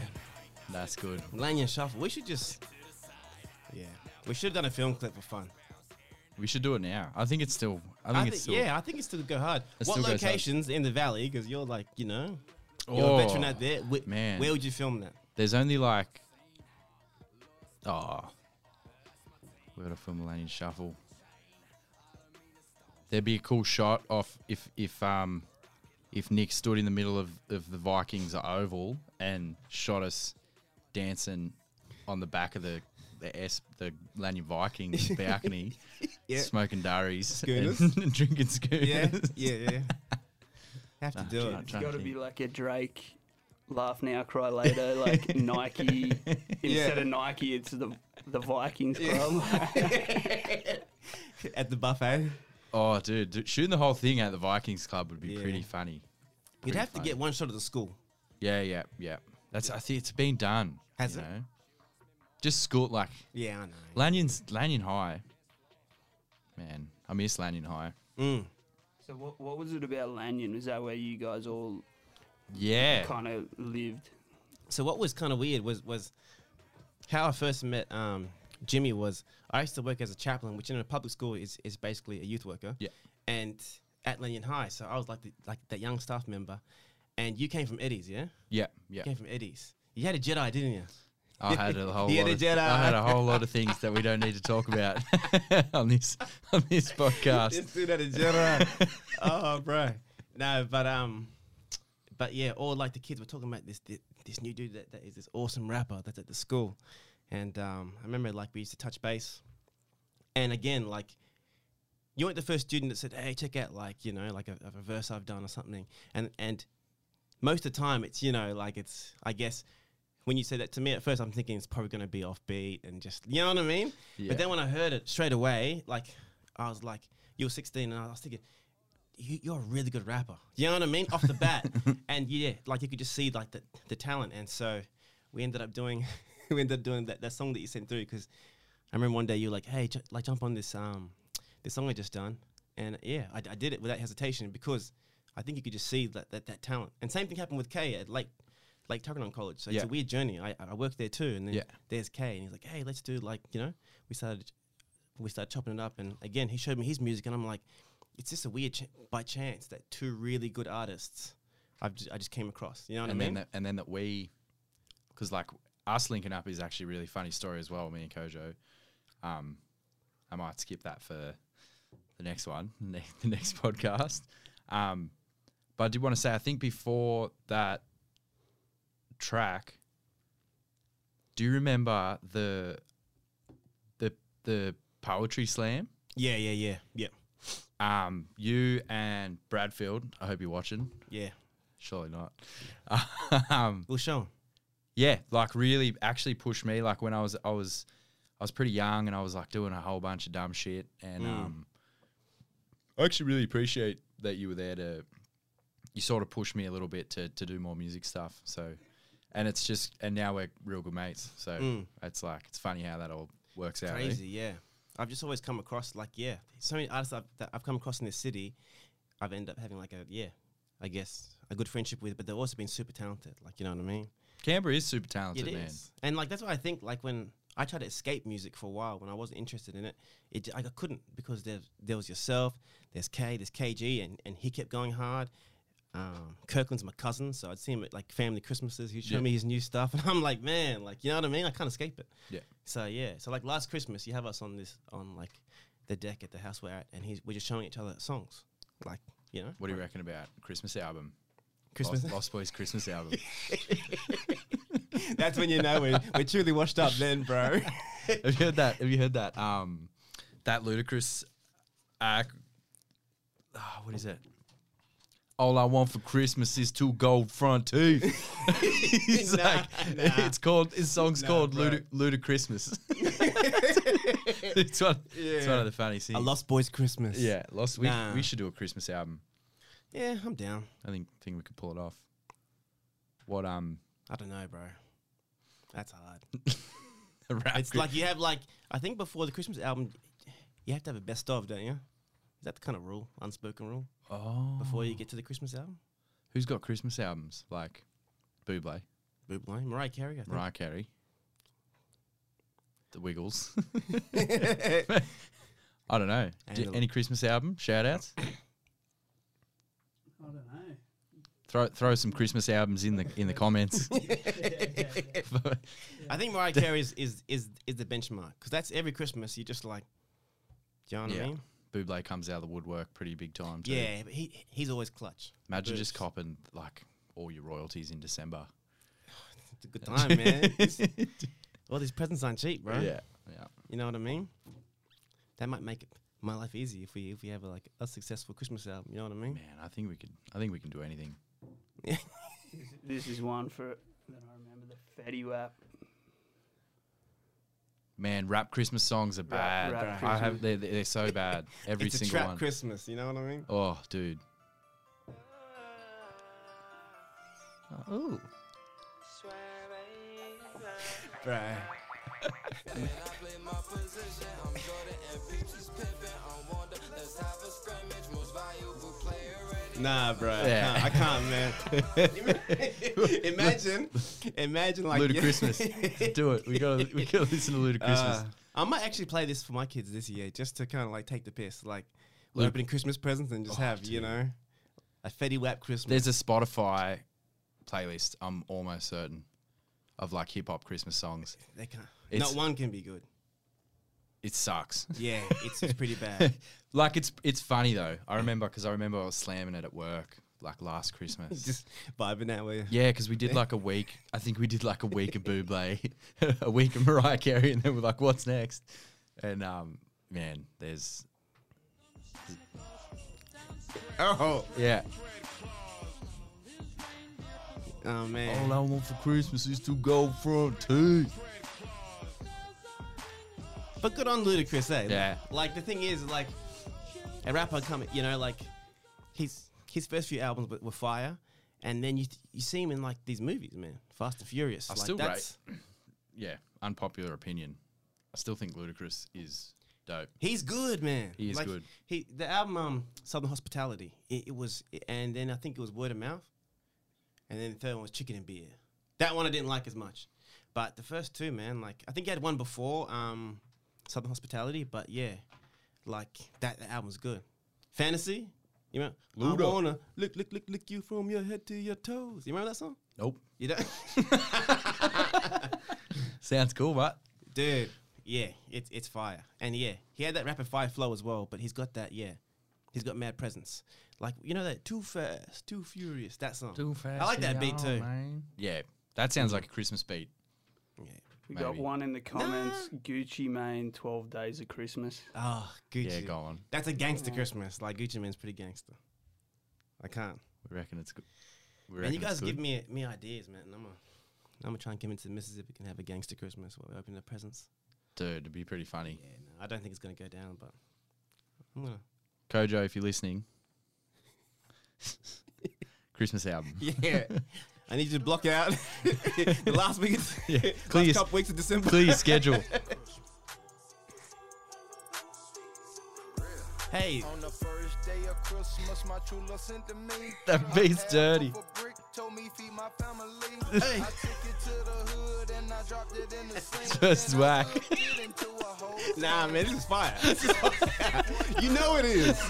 Speaker 2: That's good.
Speaker 1: Lanyon Shuffle. We should just. Yeah, we should have done a film clip for fun.
Speaker 2: We should do it now. I think it's still. I think
Speaker 1: I
Speaker 2: it's
Speaker 1: thi-
Speaker 2: still.
Speaker 1: yeah, I think it's still go hard.
Speaker 2: It
Speaker 1: what
Speaker 2: still goes hard.
Speaker 1: locations in the valley? Because you're like, you know, you're
Speaker 2: Oh,
Speaker 1: a veteran out there. Wh-
Speaker 2: man.
Speaker 1: where would you film that?
Speaker 2: There's only like. Oh. We're gonna film Millennium Shuffle. There'd be a cool shot off if if um if Nick stood in the middle of, of the Vikings oval and shot us dancing on the back of the the S the Lanyon Vikings balcony,
Speaker 1: Yeah.
Speaker 2: smoking durries
Speaker 1: Schooners.
Speaker 2: and, and drinking schooners.
Speaker 1: Yeah, yeah, yeah. Have to do
Speaker 2: try-
Speaker 1: it.
Speaker 2: try-
Speaker 3: It's got to
Speaker 2: Trying to
Speaker 3: be
Speaker 2: think.
Speaker 3: like a Drake, laugh now, cry later, like Nike. Instead of Nike, it's the the Vikings club.
Speaker 1: At the buffet,
Speaker 2: Oh, dude, dude, shooting the whole thing at the Vikings Club would be
Speaker 1: Yeah.
Speaker 2: pretty funny.
Speaker 1: you'd
Speaker 2: Pretty
Speaker 1: have to
Speaker 2: funny.
Speaker 1: get one shot of the school.
Speaker 2: Yeah, yeah, yeah. That's I think it's been done.
Speaker 1: Has
Speaker 2: you
Speaker 1: it?
Speaker 2: Know? Just school like
Speaker 1: Yeah, I know.
Speaker 2: Lanyon's Lanyon High. Man, I miss Lanyon High.
Speaker 1: Mm.
Speaker 3: so what what was it about Lanyon? Is that where you guys all
Speaker 2: Yeah.
Speaker 3: kind of lived?
Speaker 1: So what was kind of weird was was how I first met um, Jimmy was I used to work as a chaplain, which in a public school is is basically a youth worker.
Speaker 2: Yeah.
Speaker 1: And at Lanyon High, so I was like the, like that young staff member, and you came from Eddie's, yeah?
Speaker 2: Yeah,
Speaker 1: You
Speaker 2: yeah.
Speaker 1: came from Eddie's. You had a Jedi, didn't you?
Speaker 2: I had a whole
Speaker 1: He had
Speaker 2: lot
Speaker 1: a
Speaker 2: of,
Speaker 1: Jedi.
Speaker 2: I had a whole lot of things that we don't need to talk about on this on this podcast.
Speaker 1: This dude had a Jedi. oh, bro. No, but um, but yeah, all like the kids were talking about this this, this new dude that, that is this awesome rapper that's at the school, and um, I remember like we used to touch base, and again like. You weren't the first student that said, "Hey, check out like you know like a, a verse I've done or something," and and most of the time it's you know like it's I guess when you say that to me at first I'm thinking it's probably going to be offbeat and just you know what I mean.
Speaker 2: Yeah.
Speaker 1: But then when I heard it straight away, like I was like, you were 16, and I was thinking, you, you're a really good rapper. You know what I mean? Off the bat, and yeah, like you could just see like the, the talent. And so we ended up doing we ended up doing that, that song that you sent through because I remember one day you were like, hey, ju- like jump on this um this song I just done, and yeah, I, I did it without hesitation because I think you could just see that that, that talent. And same thing happened with Kay at Lake Lake Tuggeranong College. So it's
Speaker 2: Yeah.
Speaker 1: a weird journey. I, I worked there too, and then
Speaker 2: Yeah.
Speaker 1: there's Kay, and he's like, hey, let's do like you know we started we started chopping it up, and again he showed me his music, and I'm like, it's just a weird ch- by chance that two really good artists I've just, I just came across. You know what
Speaker 2: and
Speaker 1: I
Speaker 2: then
Speaker 1: mean?
Speaker 2: that, and then that we, because like us linking up is actually a really funny story as well. Me and Kojo, um, I might skip that for the next one, ne- the next podcast. Um, but I did want to say I think before that track, do you remember the the the poetry slam?
Speaker 1: yeah, yeah, yeah, yeah,
Speaker 2: Um, you and Bradfield. I hope you're watching.
Speaker 1: yeah.
Speaker 2: Surely not. um,
Speaker 1: We'll show him.
Speaker 2: yeah, like really actually pushed me. Like when I was I was I was pretty young and I was like doing a whole bunch of dumb shit and
Speaker 1: Mm.
Speaker 2: um I actually really appreciate that you were there to you sort of pushed me a little bit to to do more music stuff. So and it's just and now we're real good mates. So
Speaker 1: Mm.
Speaker 2: it's like it's funny how that all works out. eh?
Speaker 1: Crazy, yeah. I've just always come across like yeah, so many artists I've, that I've come across in this city, I've ended up having like a yeah, I guess a good friendship with, but they've also been super talented. Like you know what I mean?
Speaker 2: Canberra is super
Speaker 1: It
Speaker 2: talented,
Speaker 1: is,
Speaker 2: man.
Speaker 1: and like that's why I think like when I tried to escape music for a while when I wasn't interested in it, it j- like, I couldn't because there there was yourself, there's K, there's KG, and and he kept going hard. Um, Kirkland's my cousin, so I'd see him at like family Christmases. He'd show
Speaker 2: Yeah.
Speaker 1: me his new stuff, and I'm like, man, like you know what I mean? I can't escape it.
Speaker 2: Yeah.
Speaker 1: So yeah, so like last Christmas, you have us on this on like the deck at the house we're at, and he's we're just showing each other songs, like you know,
Speaker 2: What do you reckon about Christmas album?
Speaker 1: Christmas.
Speaker 2: Lost, Lost Boys Christmas album.
Speaker 1: That's when you know we're, we're truly washed up, then, bro.
Speaker 2: Have you heard that? Have you heard that? Um, that ludicrous. Uh, ah, what is it? All I want for Christmas is two gold front teeth. He's
Speaker 1: Nah,
Speaker 2: like,
Speaker 1: nah.
Speaker 2: it's called. His song's
Speaker 1: Nah,
Speaker 2: called
Speaker 1: bro.
Speaker 2: Ludi- Ludicrous. it's one. It's one
Speaker 1: Yeah.
Speaker 2: of the funny things.
Speaker 1: A Lost Boys Christmas.
Speaker 2: Yeah, lost. We,
Speaker 1: Nah.
Speaker 2: we should do a Christmas album.
Speaker 1: Yeah, I'm down.
Speaker 2: I think think we could pull it off. What um,
Speaker 1: I don't know, bro. That's hard.
Speaker 2: a rap
Speaker 1: It's
Speaker 2: group-
Speaker 1: like you have like I think before the Christmas album, you have to have a best of, don't you? Is that the kind of rule, unspoken rule,
Speaker 2: oh,
Speaker 1: before you get to the Christmas album?
Speaker 2: who's got Christmas albums like Buble?
Speaker 1: Boop line, Mariah Carey, I think.
Speaker 2: Mariah
Speaker 1: Hmm.
Speaker 2: Carey, The Wiggles. I don't know. Do-
Speaker 1: Angela.
Speaker 2: any Christmas album shout outs?
Speaker 3: I don't know.
Speaker 2: throw throw some Christmas albums in the in the comments.
Speaker 1: I think Mariah Carey is is is, is the benchmark because that's every Christmas you just like, do you know what I
Speaker 2: yeah.
Speaker 1: mean?
Speaker 2: Buble comes out of the woodwork pretty big time too.
Speaker 1: Yeah, but he he's always clutch.
Speaker 2: Imagine
Speaker 1: Boobs.
Speaker 2: just copping like all your royalties in December.
Speaker 1: It's a good time, man. It's- All these presents aren't cheap, bro.
Speaker 2: Yeah. Yeah.
Speaker 1: You know what I mean? That might make it, my life easy if we if we have a, like a successful Christmas album. You know what I mean?
Speaker 2: Man, I think we could I think we can do anything.
Speaker 3: This is one for that I remember the Fetty Wap.
Speaker 2: Man, rap Christmas songs are bad.
Speaker 3: rap
Speaker 2: I have they're, they're so bad. Every
Speaker 1: it's a
Speaker 2: single
Speaker 1: trap
Speaker 2: one.
Speaker 1: Christmas. You know what I mean?
Speaker 2: oh, dude. Oh,
Speaker 1: Right. Nah, bro.
Speaker 2: Yeah.
Speaker 1: Nah, I can't, man. imagine, imagine like
Speaker 2: Luda Christmas. do it. We gotta we gotta listen to Luda Christmas.
Speaker 1: Uh, I might actually play this for my kids this year, just to kind of like take the piss, like we're
Speaker 2: Luda-
Speaker 1: opening Christmas presents and just have you know a Fetty Wap Christmas.
Speaker 2: Oh, There's a Spotify playlist, I'm almost certain, of like hip hop Christmas songs.
Speaker 1: They can't.
Speaker 2: it's-
Speaker 1: Not one can be good.
Speaker 2: It sucks.
Speaker 1: Yeah, it's, it's pretty bad.
Speaker 2: like it's it's funny though. I remember because I remember I was slamming it at work like last Christmas.
Speaker 1: just vibing that way.
Speaker 2: yeah, because we did like a week. I think we did like a week of Buble, a week of Mariah Carey, and then we're like, "What's next?" And um, man, there's
Speaker 1: Oh,
Speaker 2: yeah.
Speaker 1: oh man.
Speaker 2: All I want for Christmas is to go for a two.
Speaker 1: But good on Ludacris, eh?
Speaker 2: Yeah.
Speaker 1: Like the thing is, like a rapper coming, you know, like his his first few albums were, were fire, and then you you see him in like these movies, man, Fast and Furious.
Speaker 2: I
Speaker 1: like
Speaker 2: still rate-
Speaker 1: that's
Speaker 2: Yeah, unpopular opinion. I still think Ludacris is dope.
Speaker 1: he's good, man.
Speaker 2: He is
Speaker 1: Like,
Speaker 2: good.
Speaker 1: He the album um Southern Hospitality. It, it was, and then I think it was Word of Mouth, and then the third one was Chicken and Beer. That one I didn't like as much, but the first two, man, like I think he had one before um Southern Hospitality, but yeah, like that, that album's good. Fantasy, you know, I
Speaker 2: Ludo.
Speaker 1: wanna lick lick lick lick you from your head to your toes. You remember that song?
Speaker 2: Nope.
Speaker 1: You don't,
Speaker 2: Sounds cool, but
Speaker 1: dude. Yeah, it's it's fire, and yeah, he had that rapid fire flow as well. But he's got that, yeah, he's got mad presence. Like you know that too fast, too furious. That song. I like that beat too.
Speaker 2: Yeah, that sounds like a Christmas beat.
Speaker 1: Yeah.
Speaker 3: We got
Speaker 2: Maybe.
Speaker 3: one in the comments. Gucci Mane, 12 Days of Christmas.
Speaker 1: Oh, Gucci.
Speaker 2: Yeah, go on.
Speaker 1: That's a gangster Christmas. Like Gucci Man's pretty gangster. I can't.
Speaker 2: We reckon it's good. We
Speaker 1: Man, you
Speaker 2: reckon it's
Speaker 1: guys give
Speaker 2: good.
Speaker 1: me me ideas, man. and I'm gonna I'm gonna try and convince the missus if we can have a gangster Christmas while we open the presents.
Speaker 2: dude. It'd be pretty funny.
Speaker 1: Yeah, no, I don't think it's gonna go down, but I'm gonna.
Speaker 2: Kojo, if you're listening, Christmas album.
Speaker 1: Yeah. I need you to block out the last week. of-
Speaker 2: Yeah, clear
Speaker 1: last
Speaker 2: your,
Speaker 1: couple weeks of December.
Speaker 2: clear your schedule.
Speaker 1: Hey,
Speaker 7: On the first day of Christmas, my true love sent to me.
Speaker 2: That beat's dirty.
Speaker 7: A brick, told me feed my family.
Speaker 1: Hey.
Speaker 7: I took it to the hood and I dropped it in the sink.
Speaker 2: Just
Speaker 7: Then I
Speaker 2: whack.
Speaker 7: turned it into a whole
Speaker 1: nah, man, this is fire. you know it is.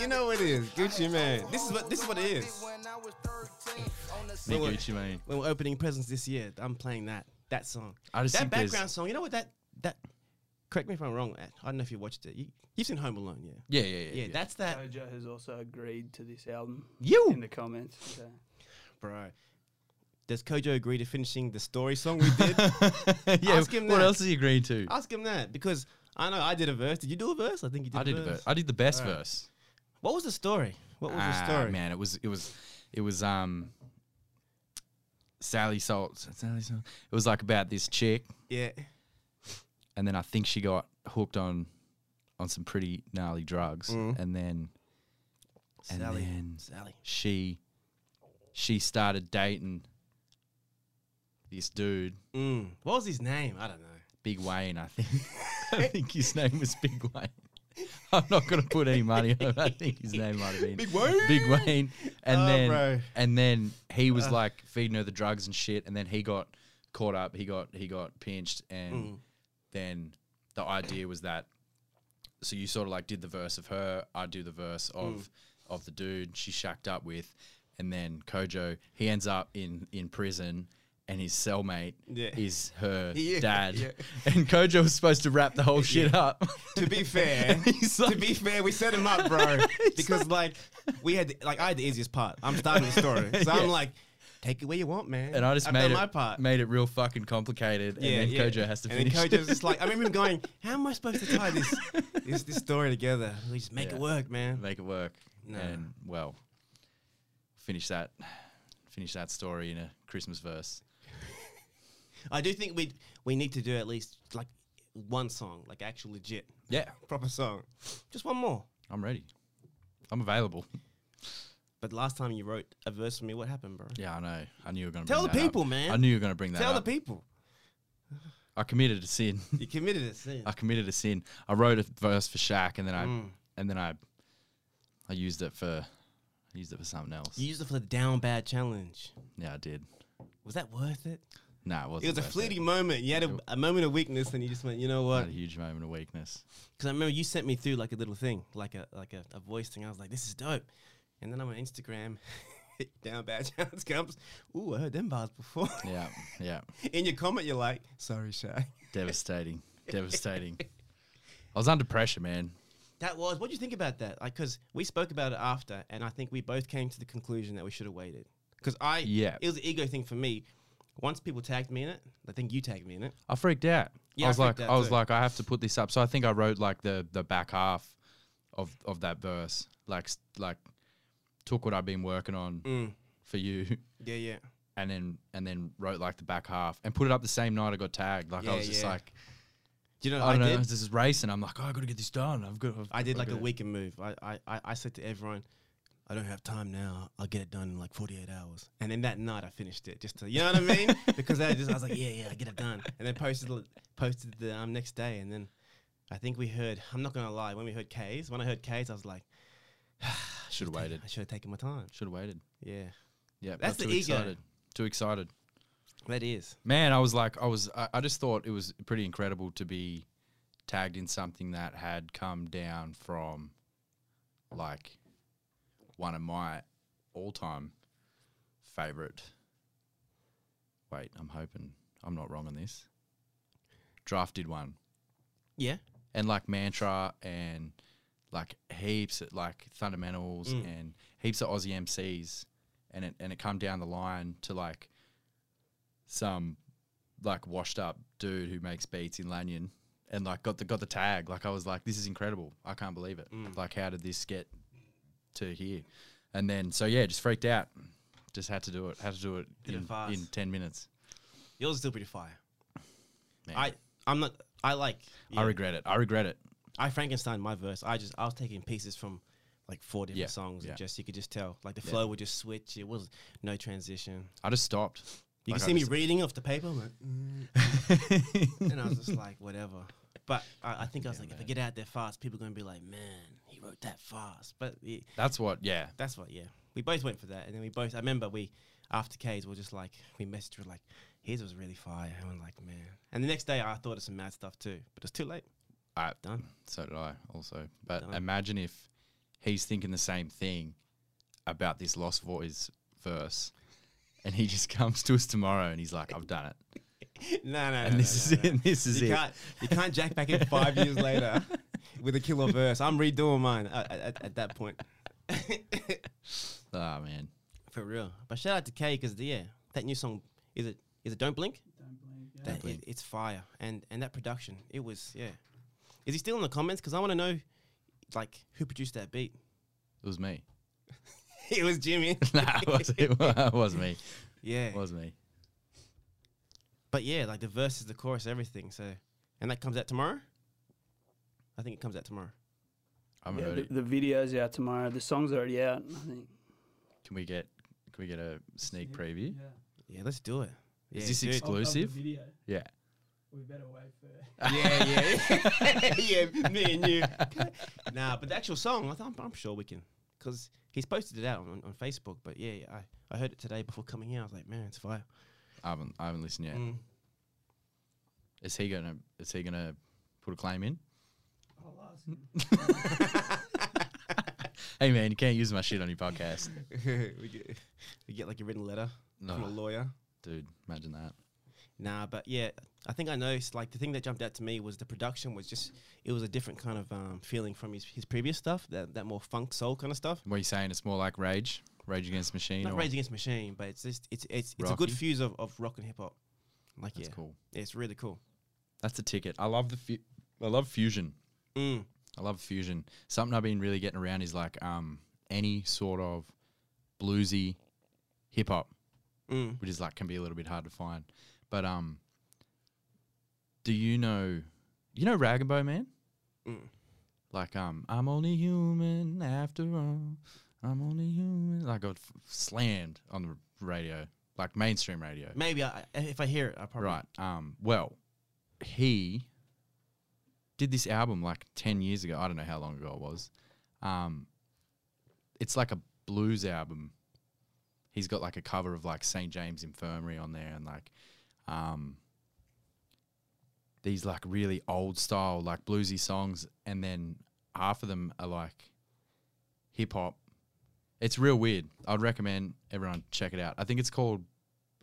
Speaker 1: You know it is. Gucci man. This is what this is what it is.
Speaker 7: When I was 13, on the
Speaker 2: Me
Speaker 1: Don't worry.
Speaker 2: Gucci Mane.
Speaker 1: When we're opening presents this year, I'm playing that that song.
Speaker 2: I just
Speaker 1: that
Speaker 2: think there's-
Speaker 1: background song. You know what that that. Correct me if I'm wrong. Ed, I don't know if you watched it. You, you've seen Home Alone, yeah?
Speaker 2: Yeah, yeah, yeah.
Speaker 1: Yeah, that's that.
Speaker 3: Kojo has also agreed to this album in
Speaker 1: You,
Speaker 3: the comments. So.
Speaker 1: bro. Does Kojo agree to finishing the story song we did?
Speaker 2: yeah.
Speaker 1: Ask him
Speaker 2: what
Speaker 1: that.
Speaker 2: else is he agreeing to?
Speaker 1: Ask him that because I know I did a verse. Did you do a verse? I think you did.
Speaker 2: I did a verse. I did the best verse.
Speaker 1: What was the story? What was the
Speaker 2: Ah,
Speaker 1: story?
Speaker 2: Man, it was it was it was um Sally Salt. Sally Salt. It was like about this chick,
Speaker 1: Yeah.
Speaker 2: and then I think she got hooked on on some pretty gnarly drugs, and then and
Speaker 1: Sally.
Speaker 2: then
Speaker 1: Sally.
Speaker 2: she she started dating this dude,
Speaker 1: Mm. What was his name? I don't know.
Speaker 2: Big Wayne. I think I think his name was Big Wayne. I'm not gonna put any money on it. I think his name might have been
Speaker 1: Big Wayne?
Speaker 2: Big Wayne. And
Speaker 1: Oh,
Speaker 2: then
Speaker 1: bro. Uh.
Speaker 2: and then he was like feeding her the drugs and shit. And then he got caught
Speaker 1: Mm.
Speaker 2: up. He got he got pinched. And then the idea was that so you sort of like did the verse of her, I do the verse of
Speaker 1: Mm.
Speaker 2: of the dude she shacked up with, and then Kojo he ends up in in prison. And his cellmate
Speaker 1: Yeah.
Speaker 2: is her
Speaker 1: Yeah,
Speaker 2: dad,
Speaker 1: yeah.
Speaker 2: and Kojo was supposed to wrap the whole shit up.
Speaker 1: to be fair,
Speaker 2: He's
Speaker 1: to
Speaker 2: like-
Speaker 1: be fair, we set him up, bro. because like we had, like I had the easiest part. I'm starting the story, so
Speaker 2: Yeah.
Speaker 1: I'm like, take it where you want, man.
Speaker 2: and I just
Speaker 1: I've
Speaker 2: made
Speaker 1: done
Speaker 2: it
Speaker 1: my part.
Speaker 2: made it real fucking complicated. and then Kojo has to
Speaker 1: and
Speaker 2: finish.
Speaker 1: then Kojo's just like, I remember him going, "How am I supposed to tie this this, this story together? We just make
Speaker 2: Yeah.
Speaker 1: it work, man."
Speaker 2: make it work.
Speaker 1: No.
Speaker 2: And well, finish that finish that story in a Christmas verse.
Speaker 1: I do think we we need to do at least like one song, like actual legit
Speaker 2: Yeah,
Speaker 1: proper song, just one more.
Speaker 2: I'm ready. I'm available.
Speaker 1: But last time you wrote a verse for me, what happened, bro?
Speaker 2: Yeah, I know. I knew you were gonna
Speaker 1: Tell
Speaker 2: bring
Speaker 1: the
Speaker 2: that up.
Speaker 1: people, man.
Speaker 2: I knew you were gonna bring that
Speaker 1: Tell
Speaker 2: up.
Speaker 1: the people
Speaker 2: I committed a sin.
Speaker 1: you committed a sin.
Speaker 2: I committed a sin. I wrote a verse for Shaq, and then I
Speaker 1: Mm.
Speaker 2: and then I I used it for I used it for something else.
Speaker 1: You used it for the down bad challenge.
Speaker 2: yeah, I did.
Speaker 1: Was that worth it?
Speaker 2: Nah, it wasn't.
Speaker 1: It was a
Speaker 2: worth
Speaker 1: fleeting moment. You had a, a moment of weakness, and you just went, you know
Speaker 2: I
Speaker 1: what?
Speaker 2: had a huge moment of weakness.
Speaker 1: Because I remember you sent me through like a little thing, like a like a, a voice thing. I was like, this is dope. And then I'm on Instagram. Down bad challenge comes. Ooh, I heard them bars before.
Speaker 2: Yeah, yeah.
Speaker 1: In your comment, you're like, sorry, Shay.
Speaker 2: Devastating. Devastating. I was under pressure, man.
Speaker 1: That was. What do you think about that? Like, because we spoke about it after, and I think we both came to the conclusion that we should have waited. Because I,
Speaker 2: Yeah.
Speaker 1: it was an ego thing for me. Once people tagged me in it, I think you tagged me in it.
Speaker 2: I freaked out.
Speaker 1: Yeah,
Speaker 2: I
Speaker 1: I
Speaker 2: was like,
Speaker 1: freaked out
Speaker 2: I was
Speaker 1: too.
Speaker 2: like, I have to put this up. So I think I wrote like the the back half of of that verse, like s- like took what I've been working on
Speaker 1: Mm.
Speaker 2: for you,
Speaker 1: Yeah, yeah.
Speaker 2: and then and then wrote like the back half and put it up the same night I got tagged. Like I
Speaker 1: Yeah,
Speaker 2: was just
Speaker 1: yeah.
Speaker 2: like,
Speaker 1: Do you know
Speaker 2: I
Speaker 1: what
Speaker 2: don't
Speaker 1: I,
Speaker 2: know,
Speaker 1: did?
Speaker 2: this is racing. I'm like, oh, I got to get this done. I've got. I've,
Speaker 1: I
Speaker 2: I've
Speaker 1: did like a
Speaker 2: gotta-"
Speaker 1: weekend move. I, I, I, I said to everyone, I don't have time now. I'll get it done in like 48 hours. And then that night I finished it just to, you know what I mean? because I just, I was like, yeah, yeah, I get it done. And then posted, it- posted the um, next day. And then I think we heard, I'm not going to lie, when we heard K's, when I heard K's, I was like,
Speaker 2: Should have waited.
Speaker 1: I should have taken my time.
Speaker 2: Should have waited.
Speaker 1: Yeah.
Speaker 2: Yeah,
Speaker 1: That's
Speaker 2: got
Speaker 1: the
Speaker 2: too
Speaker 1: ego.
Speaker 2: excited. Too excited.
Speaker 1: That is.
Speaker 2: man i was like i was I, I just thought it was pretty incredible to be tagged in something that had come down from like one of my all-time favorite wait i'm hoping i'm not wrong on this drafted one
Speaker 1: Yeah.
Speaker 2: and like mantra and like heaps of like fundamentals
Speaker 1: Mm.
Speaker 2: and heaps of Aussie MCs and it and it come down the line to like some like washed up dude who makes beats in Lanyon and like got the got the tag like I was like this is incredible I can't believe it
Speaker 1: Mm.
Speaker 2: like how did this get to here and then so yeah just freaked out just had to do it had to do it
Speaker 1: Did it
Speaker 2: in,
Speaker 1: fast.
Speaker 2: in 10 minutes
Speaker 1: Yours is still pretty fire.
Speaker 2: man.
Speaker 1: I, I'm not, I like,
Speaker 2: I
Speaker 1: yeah.
Speaker 2: regret it I regret it
Speaker 1: I Frankenstein my verse. I just I was taking pieces from like four different
Speaker 2: Yeah,
Speaker 1: songs,
Speaker 2: yeah.
Speaker 1: and just you could just tell like the flow would just switch. It was no transition.
Speaker 2: I just stopped
Speaker 1: You
Speaker 2: Like,
Speaker 1: could
Speaker 2: I
Speaker 1: see me
Speaker 2: just-
Speaker 1: reading off the paper, I'm like, mm. and I was just like, whatever. But I, I think I was like, if I get out there fast, people are gonna be like, man, he wrote that fast. But it,
Speaker 2: that's what yeah
Speaker 1: that's what, yeah. We both went for that, and then we both. I remember we after K's, we were just like we messaged, we were like, his was really fire, and we're like, man. And the next day, I thought of some mad stuff too, but it's too late.
Speaker 2: I,
Speaker 1: Done.
Speaker 2: So did I also. But
Speaker 1: Done.
Speaker 2: imagine if he's thinking the same thing about this lost voice verse, and he just comes to us tomorrow and he's like, "I've done it,
Speaker 1: no, no,
Speaker 2: and
Speaker 1: no,
Speaker 2: this is
Speaker 1: no, no,
Speaker 2: it, and this is
Speaker 1: you
Speaker 2: it."
Speaker 1: Can't, you can't jack back in five years later with a killer verse. I'm redoing mine at, at, at that point.
Speaker 2: Oh man,
Speaker 1: For real. But shout out to K because yeah, that new song is it is it Don't Blink? That- it-
Speaker 2: Blink.
Speaker 1: it's fire and and that production it was yeah. Is he still in the comments? Because I want to know like who produced that beat.
Speaker 2: it was me.
Speaker 1: it was Jimmy.
Speaker 2: nah, it was, it wa- was me.
Speaker 1: yeah.
Speaker 2: It was me.
Speaker 1: But yeah, like the verses, the chorus, everything. So and that comes out tomorrow. I think it comes out tomorrow.
Speaker 2: I haven't
Speaker 3: Yeah,
Speaker 2: heard
Speaker 3: the,
Speaker 2: it.
Speaker 3: the video's out tomorrow. The song's already out. I think.
Speaker 2: Can we get can we get a sneak preview?
Speaker 1: Yeah, let's do it. Yeah,
Speaker 2: Is this
Speaker 1: dude.
Speaker 2: exclusive?
Speaker 8: video.
Speaker 2: Yeah.
Speaker 8: We better wait for.
Speaker 1: yeah, yeah, yeah. Me and you. Nah, but the actual song, I th- I'm, I'm sure we can, because he's posted it out on, on Facebook. But yeah, yeah I, I heard it today before coming here. I was like, man, it's fire.
Speaker 2: I haven't I haven't listened yet.
Speaker 1: Mm.
Speaker 2: Is he gonna is he gonna put a claim in?
Speaker 8: I'll ask him.
Speaker 2: hey man, you can't use my shit on your podcast,
Speaker 1: we, get, we get like a written letter from a
Speaker 2: No.
Speaker 1: lawyer.
Speaker 2: dude. Imagine that.
Speaker 1: Nah, but yeah, I think I noticed like the thing that jumped out to me was the production was just it was a different kind of um, feeling from his, his previous stuff that that more funk soul kind of stuff.
Speaker 2: What are you saying? It's more like Rage, Rage Against the Machine.
Speaker 1: Not
Speaker 2: or-
Speaker 1: Rage Against the Machine, but it's just it's it's it's a good
Speaker 2: Rocky.
Speaker 1: fuse of, of rock and hip hop. Like
Speaker 2: That's
Speaker 1: yeah,
Speaker 2: cool.
Speaker 1: yeah, it's really cool.
Speaker 2: That's the ticket. I love the fu- I love fusion.
Speaker 1: Mm.
Speaker 2: I love fusion. Something I've been really getting around is like um any sort of bluesy hip hop,
Speaker 1: Mm.
Speaker 2: which is like can be a little bit hard to find. But um, do you know you know Rag and Bone Man?
Speaker 1: Mm.
Speaker 2: Like um, I'm only human after all. I'm only human. Like I got f- slammed on the radio, like mainstream radio.
Speaker 1: Maybe I, I- if I hear it, I probably
Speaker 2: Right. Um, well, he did this album like 10 years ago. I don't know how long ago it was. Um, it's like a blues album. He's got like a cover of like St. James Infirmary on there and like um, these like really old style, like bluesy songs. And then half of them are like hip hop. It's real weird. I'd recommend everyone check it out. I think it's called,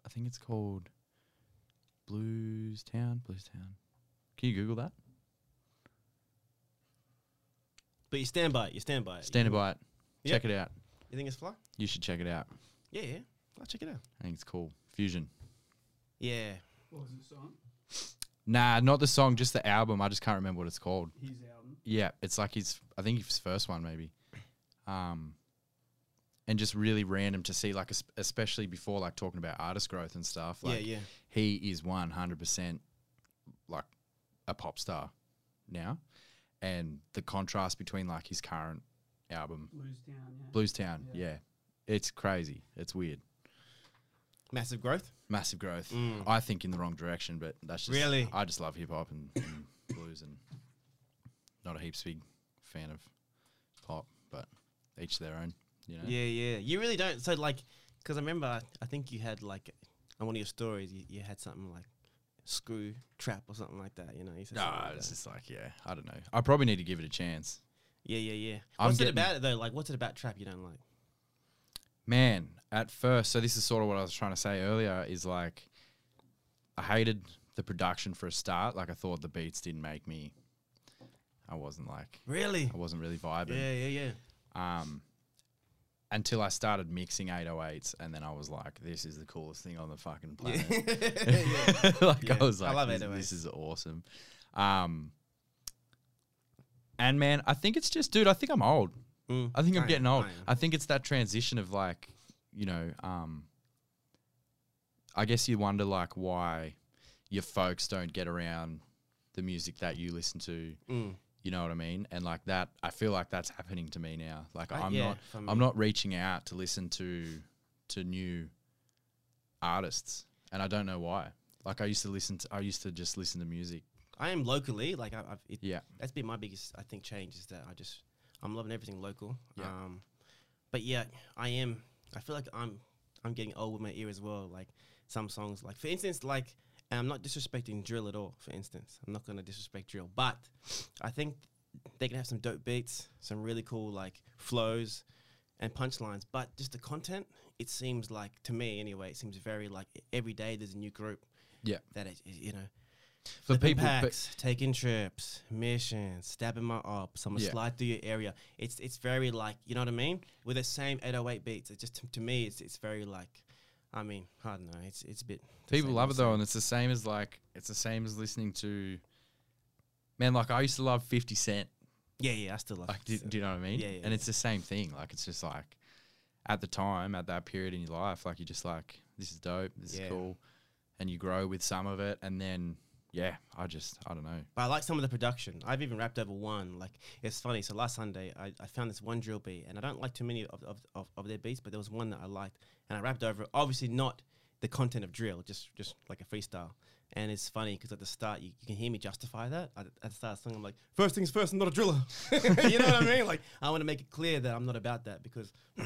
Speaker 2: I think it's called Blues Town, Blues Town. Can you Google that?
Speaker 1: But you stand by it. You stand by it.
Speaker 2: Stand
Speaker 1: you,
Speaker 2: by it.
Speaker 1: Uh, Yeah.
Speaker 2: Check it out.
Speaker 1: You think it's fly?
Speaker 2: You should check it out.
Speaker 1: Yeah, yeah. I'll check it out.
Speaker 2: I think it's cool. Fusion.
Speaker 1: Yeah.
Speaker 8: What was the song?
Speaker 2: Nah, not the song, just the album. I just can't remember what it's called.
Speaker 8: His album.
Speaker 2: Yeah, it's like his. I think his first one maybe. Um, and just really random to see, like es- especially before, like talking about artist growth and stuff. Like,
Speaker 1: yeah, yeah.
Speaker 2: he is 100% like a pop star now, and the contrast between like his current album
Speaker 8: Blues Town, yeah.
Speaker 2: Blues Town, yeah.
Speaker 8: Yeah.
Speaker 2: It's crazy. It's weird.
Speaker 1: Massive growth.
Speaker 2: Massive growth.
Speaker 1: Mm.
Speaker 2: I think in the wrong direction, but that's just
Speaker 1: Really?
Speaker 2: I just love hip hop and, and blues and not a heaps big fan of pop, but each their own, you know.
Speaker 1: Yeah, yeah. You really don't. So like, because I remember, I, I think you had like on one of your stories, you, you had something like screw trap or something like that. You know, you said something
Speaker 2: Nah,
Speaker 1: like
Speaker 2: it's
Speaker 1: that.
Speaker 2: just like, yeah, I don't know. I probably need to give it a chance.
Speaker 1: yeah, yeah, yeah.
Speaker 2: I'm
Speaker 1: What's it
Speaker 2: getting-
Speaker 1: about it though? Like, what's it about trap you don't like?
Speaker 2: man, at first, so this is sort of what I was trying to say earlier is like, I hated the production for a start. Like, I thought the beats didn't make me, I wasn't like,
Speaker 1: Really?
Speaker 2: I wasn't really vibing.
Speaker 1: Yeah, yeah, yeah.
Speaker 2: Um, until I started mixing 808s, and then I was like, this is the coolest thing on the fucking planet. like,
Speaker 1: Yeah,
Speaker 2: I was
Speaker 1: I
Speaker 2: like,
Speaker 1: love
Speaker 2: this,
Speaker 1: 808s.
Speaker 2: this is awesome. Um, and man, I think it's just, dude, I think I'm old.
Speaker 1: Mm.
Speaker 2: I think
Speaker 1: I
Speaker 2: I'm getting
Speaker 1: am,
Speaker 2: old.
Speaker 1: I am.
Speaker 2: I think it's that transition of like, you know, um, I guess you wonder like why your folks don't get around the music that you listen to.
Speaker 1: Mm.
Speaker 2: You know what I mean? And like that, I feel like that's happening to me now. Like
Speaker 1: Uh,
Speaker 2: I'm
Speaker 1: yeah,
Speaker 2: not,
Speaker 1: for
Speaker 2: I'm
Speaker 1: me.
Speaker 2: not reaching out to listen to to new artists, and I don't know why. Like I used to listen to, I used to just listen to music.
Speaker 1: I am locally. Like, I, I've it,
Speaker 2: Yeah,
Speaker 1: that's been my biggest I think change is that I just I'm loving everything local.
Speaker 2: Yeah.
Speaker 1: Um but yeah, I am I feel like I'm I'm getting old with my ear as well. Like some songs like for instance like and I'm not disrespecting drill at all, for instance. I'm not gonna disrespect drill. But I think they can have some dope beats, some really cool like flows and punchlines. But just the content, it seems like to me anyway, it seems very like every day there's a new group.
Speaker 2: Yeah.
Speaker 1: That is you know
Speaker 2: for
Speaker 1: Flipping
Speaker 2: people, but
Speaker 1: packs, taking trips, missions, stabbing my up, someone
Speaker 2: Yeah.
Speaker 1: slide through your area. It's it's very like you know what I mean with the same 808 beats. It just to, to me it's it's very like, I mean I don't know. It's it's a bit
Speaker 2: People
Speaker 1: same
Speaker 2: love
Speaker 1: old,
Speaker 2: it though,
Speaker 1: same.
Speaker 2: and it's the same as like it's the same as listening to. Man, like I used to love Fifty Cent.
Speaker 1: yeah yeah. I still love
Speaker 2: Like,
Speaker 1: it.
Speaker 2: do,
Speaker 1: So-
Speaker 2: do you know what I mean?
Speaker 1: Yeah, yeah,
Speaker 2: And it's the same thing. Like, it's just like, at the time, at that period in your life, like you're just like, this is dope, this
Speaker 1: Yeah.
Speaker 2: is cool, and you grow with some of it, and then yeah, I just I don't know.
Speaker 1: But I like some of the production. I've even rapped over one. Like it's funny. So last Sunday, I, I found this one drill beat, and I don't like too many of, of, of, of their beats, but there was one that I liked, and I rapped over. it. Obviously, not the content of drill, just just like a freestyle. And it's funny because at the start, you, you can hear me justify that. I, at the start of the song, I'm like, first things first, I'm not a driller. you know what I mean? Like I want to make it clear that I'm not about that because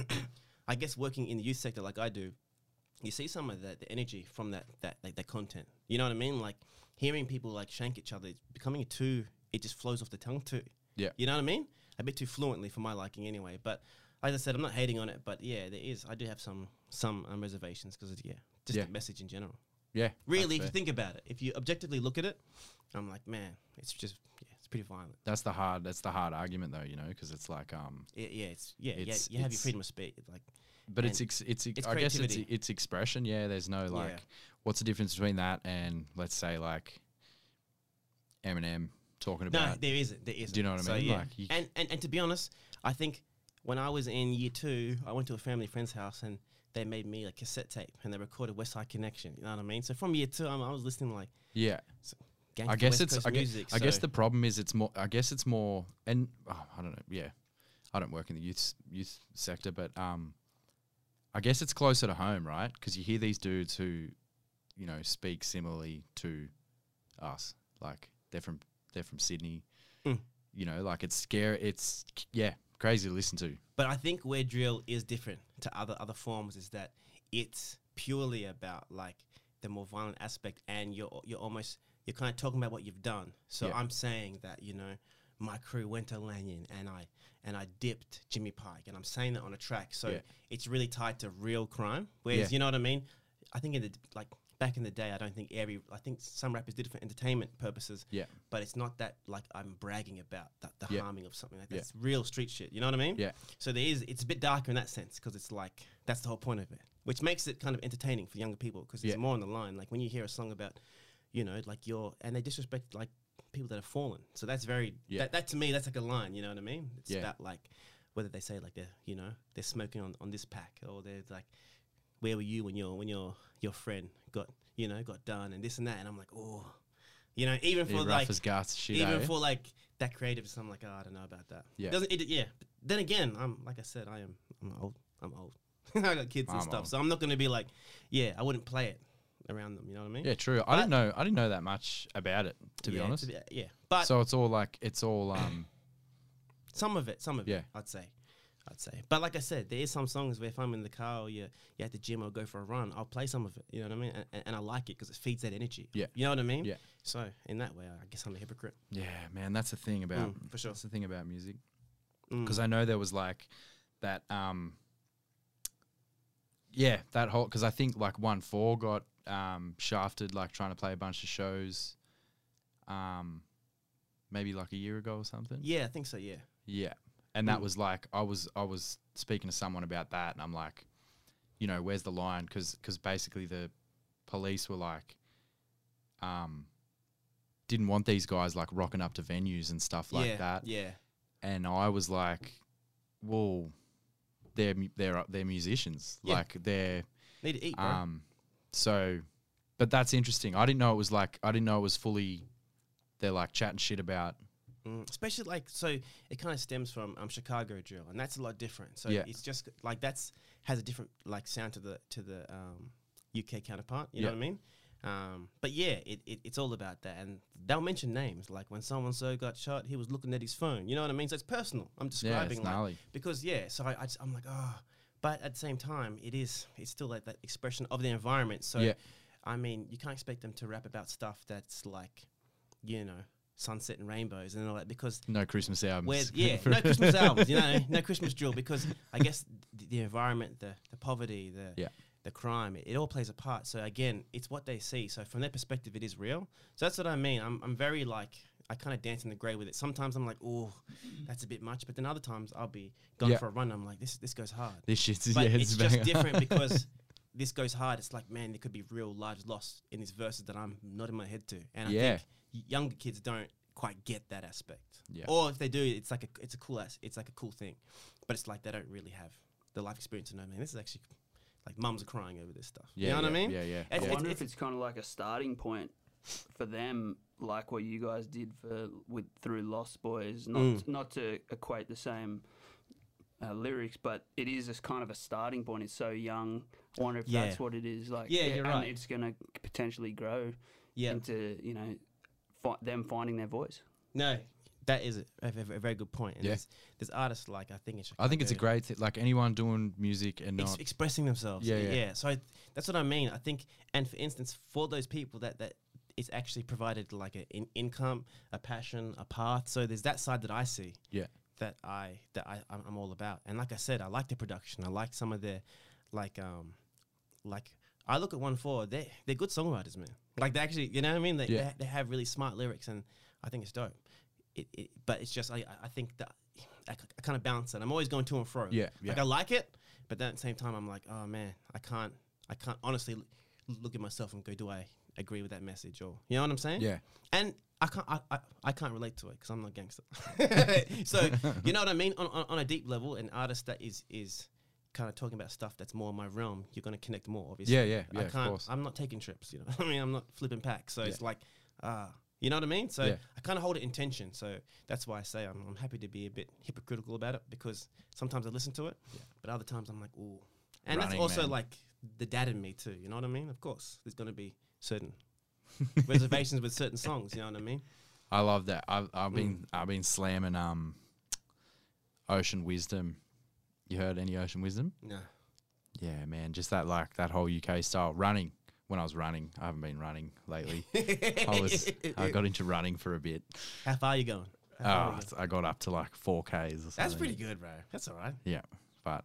Speaker 1: I guess working in the youth sector like I do, you see some of that the energy from that that like that content. You know what I mean? Like hearing people like shank each other, it's becoming too. It just flows off the tongue too.
Speaker 2: Yeah.
Speaker 1: You know what I mean? A bit too fluently for my liking, anyway. But as I said, I'm not hating on it, but yeah, there is. I do have some some um, reservations because yeah, just
Speaker 2: Yeah.
Speaker 1: the message in general.
Speaker 2: Yeah.
Speaker 1: Really, if
Speaker 2: that's
Speaker 1: you
Speaker 2: fair.
Speaker 1: think about it, if you objectively look at it, I'm like, man, it's just yeah, it's pretty violent.
Speaker 2: that's the hard that's the hard argument though, you know, because it's like um,
Speaker 1: Yeah, yeah, it's yeah,
Speaker 2: It's-
Speaker 1: yeah. You have your
Speaker 2: it's-
Speaker 1: freedom of speech, like
Speaker 2: but it's
Speaker 1: And
Speaker 2: ex, it's, ex-
Speaker 1: it's
Speaker 2: I guess it's
Speaker 1: creativity.
Speaker 2: it's expression. Yeah, there's no like, what's the difference between that and let's say like Eminem talking
Speaker 1: no,
Speaker 2: about
Speaker 1: there isn't. There isn't.
Speaker 2: you know what I
Speaker 1: So,
Speaker 2: mean?
Speaker 1: yeah.
Speaker 2: Like, you-
Speaker 1: and, and and to be honest, I think when I was in year two, I went to a family friend's house and they made me a cassette tape and they recorded West Side Connection. You know what I mean? So from year two, I'm, I was listening to, like.
Speaker 2: yeah.
Speaker 1: Gangsta
Speaker 2: I guess
Speaker 1: West
Speaker 2: it's
Speaker 1: Coast
Speaker 2: I guess,
Speaker 1: music,
Speaker 2: I guess
Speaker 1: so-
Speaker 2: the problem is it's more I guess it's more and oh, I don't know yeah I don't work in the youth s- youth sector but um I guess it's closer to home right because you hear these dudes who you know speak similarly to us like they're from they're from Sydney
Speaker 1: Mm.
Speaker 2: you know like it's scary it's yeah crazy to listen to
Speaker 1: But I think where drill is different to other other forms is that it's purely about like the more violent aspect, and you're you're almost you're kind of talking about what you've done. So
Speaker 2: Yeah.
Speaker 1: I'm saying that you know my crew went to Lanyon and I and I dipped Jimmy Pike, and I'm saying that on a track. So
Speaker 2: Yeah.
Speaker 1: it's really tied to real crime. Whereas
Speaker 2: Yeah.
Speaker 1: you know what I mean. I think in the like back in the day, I don't think every I think some rappers did it for entertainment purposes.
Speaker 2: Yeah.
Speaker 1: But it's not that like I'm bragging about that the
Speaker 2: Yeah.
Speaker 1: harming of something like that.
Speaker 2: Yeah.
Speaker 1: It's real street shit. You know what I mean?
Speaker 2: Yeah.
Speaker 1: So there is, it's a bit darker in that sense because it's like that's the whole point of it, which makes it kind of entertaining for younger people because it's
Speaker 2: Yeah.
Speaker 1: more on the line. Like when you hear a song about, you know, like your and they disrespect like people that have fallen. So that's very
Speaker 2: Yeah.
Speaker 1: that, that to me that's like a line. You know what I mean? It's
Speaker 2: Yeah.
Speaker 1: about like whether they say like they're you know they're smoking on on this pack or they're like where were you when your when your your friend got you know got done and this and that and I'm like oh. You know, even
Speaker 2: Yeah,
Speaker 1: for
Speaker 2: rough
Speaker 1: like
Speaker 2: as guts shit
Speaker 1: even
Speaker 2: eh?
Speaker 1: for like that creative stuff, I'm like, oh, I don't know about that.
Speaker 2: Yeah.
Speaker 1: Doesn't it? Yeah. But then again, I'm like I said, I am. I'm old. I'm old. I got kids
Speaker 2: I'm
Speaker 1: and stuff,
Speaker 2: old.
Speaker 1: so I'm not gonna be like, yeah, I wouldn't play it around them. You know what I mean?
Speaker 2: yeah true I didn't know I didn't know that much about it to be
Speaker 1: Yeah,
Speaker 2: honest
Speaker 1: yeah. But
Speaker 2: so it's all like it's all um
Speaker 1: some of it, some of
Speaker 2: Yeah.
Speaker 1: it, I'd say. I'd say, but like I said, there is some songs where if I'm in the car or you you at the gym or go for a run, I'll play some of it. You know what I mean? And- And, and I like it because it feeds that energy.
Speaker 2: Yeah.
Speaker 1: You know what I mean?
Speaker 2: Yeah.
Speaker 1: So in that way, I guess I'm a hypocrite.
Speaker 2: Yeah, man, that's the thing about
Speaker 1: Mm, for sure.
Speaker 2: That's the thing about music
Speaker 1: Mm.
Speaker 2: because I know there was like that. um Yeah, that whole because I think like one four got um shafted like trying to play a bunch of shows, um, maybe like a year ago or something.
Speaker 1: Yeah, I think so. Yeah.
Speaker 2: Yeah. And that
Speaker 1: Mm.
Speaker 2: was like I was I was speaking to someone about that and I'm like, you know, where's the line cuz cuz basically the police were like um didn't want these guys like rocking up to venues and stuff like
Speaker 1: yeah,
Speaker 2: that.
Speaker 1: Yeah.
Speaker 2: And I was like, well, they're mu- they're uh, they're musicians.
Speaker 1: Yeah.
Speaker 2: Like they're
Speaker 1: Need to eat, bro.
Speaker 2: um so but that's interesting. I didn't know it was like I didn't know it was fully they're like chatting shit about
Speaker 1: Mm, especially like so it kind of stems from um, chicago drill and that's a lot different so
Speaker 2: Yeah.
Speaker 1: it's just like that's has a different like sound to the to the um, uk counterpart you
Speaker 2: Yeah.
Speaker 1: know what i mean um, but yeah it, it, it's all about that and they'll mention names like when someone so got shot he was looking at his phone you know what i mean so it's personal
Speaker 2: yeah,
Speaker 1: i'm
Speaker 2: it's
Speaker 1: describing like
Speaker 2: gnarly.
Speaker 1: because yeah so I, I just, i'm like oh but at the same time it is it's still like that expression of the environment so
Speaker 2: Yeah.
Speaker 1: i mean you can't expect them to rap about stuff that's like you know sunset and rainbows and all that because
Speaker 2: No Christmas albums.
Speaker 1: where yeah no christmas albums you know no christmas drill because i guess the, the environment the, the poverty the
Speaker 2: Yeah.
Speaker 1: the crime it, it all plays a part so again it's what they see so from their perspective it is real so that's what i mean i'm, I'm very like I kind of dance in the grey with it. Sometimes I'm like, "Oh, that's a bit much," but then other times I'll be gone
Speaker 2: Yeah.
Speaker 1: for a run. I'm like, "This this goes hard."
Speaker 2: This shit's
Speaker 1: but
Speaker 2: yeah,
Speaker 1: it's, just
Speaker 2: bang-
Speaker 1: different because this goes hard. It's like, man, there could be real large loss in these verses that I'm nodding my head to, and I
Speaker 2: Yeah.
Speaker 1: think y- younger kids don't quite get that aspect.
Speaker 2: Yeah.
Speaker 1: Or if they do, it's like a it's a cool ass, it's like a cool thing, but it's like they don't really have the life experience to know. Man, this is actually like mums are crying over this stuff.
Speaker 2: yeah,
Speaker 1: you know
Speaker 2: yeah,
Speaker 1: what I mean?
Speaker 2: Yeah, yeah.
Speaker 3: I
Speaker 1: It's-
Speaker 3: wonder if
Speaker 1: it's-
Speaker 3: it's kind of like a starting point for them, like what you guys did for with through Lost Boys. Not
Speaker 1: Mm.
Speaker 3: not to equate the same uh, lyrics, but it is just kind of a starting point. It's so young. I wonder if
Speaker 1: Yeah.
Speaker 3: that's what it is. Like
Speaker 1: Yeah, you're
Speaker 3: and
Speaker 1: right.
Speaker 3: It's gonna potentially grow
Speaker 1: Yeah.
Speaker 3: into you know fi- them finding their voice.
Speaker 1: No, that is a, a, a very good point. And
Speaker 2: Yeah.
Speaker 1: there's, there's artists like I think in
Speaker 2: I think it's a
Speaker 1: Chicago,
Speaker 2: great thing. Like anyone doing music and
Speaker 1: ex-
Speaker 2: not.
Speaker 1: expressing themselves.
Speaker 2: Yeah,
Speaker 1: Yeah,
Speaker 2: yeah.
Speaker 1: yeah. So I, that's what I mean. I think, and for instance, for those people that that it's actually provided like an in- income, a passion, a path. So there's that side that I see
Speaker 2: Yeah.
Speaker 1: that I that I I'm I'm all about. And like I said, I like the production. I like some of their like um like I look at one four. They they're good songwriters, man. Like they actually, you know what I mean? They
Speaker 2: Yeah.
Speaker 1: they, ha- they have really smart lyrics, and I think it's dope. It, it but it's just I I- I think that. I, kind of balance it. I'm always going to and fro.
Speaker 2: Yeah,
Speaker 1: Like
Speaker 2: yeah.
Speaker 1: I like it, but then at the same time, I'm like, oh man, I can't, I can't honestly l- look at myself and go, do I agree with that message or you know what I'm saying?
Speaker 2: Yeah.
Speaker 1: And I can't, I, I, I can't relate to it because I'm not gangster. so you know what I mean? On, on, on a deep level, an artist that is is kind of talking about stuff that's more in my realm, you're going to connect more. Obviously.
Speaker 2: Yeah, yeah, yeah,
Speaker 1: I
Speaker 2: of
Speaker 1: can't.
Speaker 2: course.
Speaker 1: I'm not taking trips. You know. I mean, I'm not flipping packs. So it's
Speaker 2: Yeah.
Speaker 1: like, uh, you know what I mean? So
Speaker 2: Yeah.
Speaker 1: I kind of hold it in tension. So that's why I say I'm, I'm happy to be a bit hypocritical about it because sometimes I listen to it, but other times I'm like, ooh. And that's
Speaker 2: Running
Speaker 1: also
Speaker 2: Man.
Speaker 1: like the dad in me too. You know what I mean? Of course, there's going to be certain reservations with certain songs. You know what I mean?
Speaker 2: I love that. I've I've
Speaker 1: Mm.
Speaker 2: been I've been slamming um Ocean Wisdom. You heard any Ocean Wisdom?
Speaker 1: No.
Speaker 2: Yeah, man. Just that like that whole UK style running. When I was running, I haven't been running lately. I was I got into running for a bit.
Speaker 1: How far you going? How far you
Speaker 2: Oh,
Speaker 1: going?
Speaker 2: I got up to like four Ks or something.
Speaker 1: That's pretty good, bro. That's all right.
Speaker 2: Yeah, but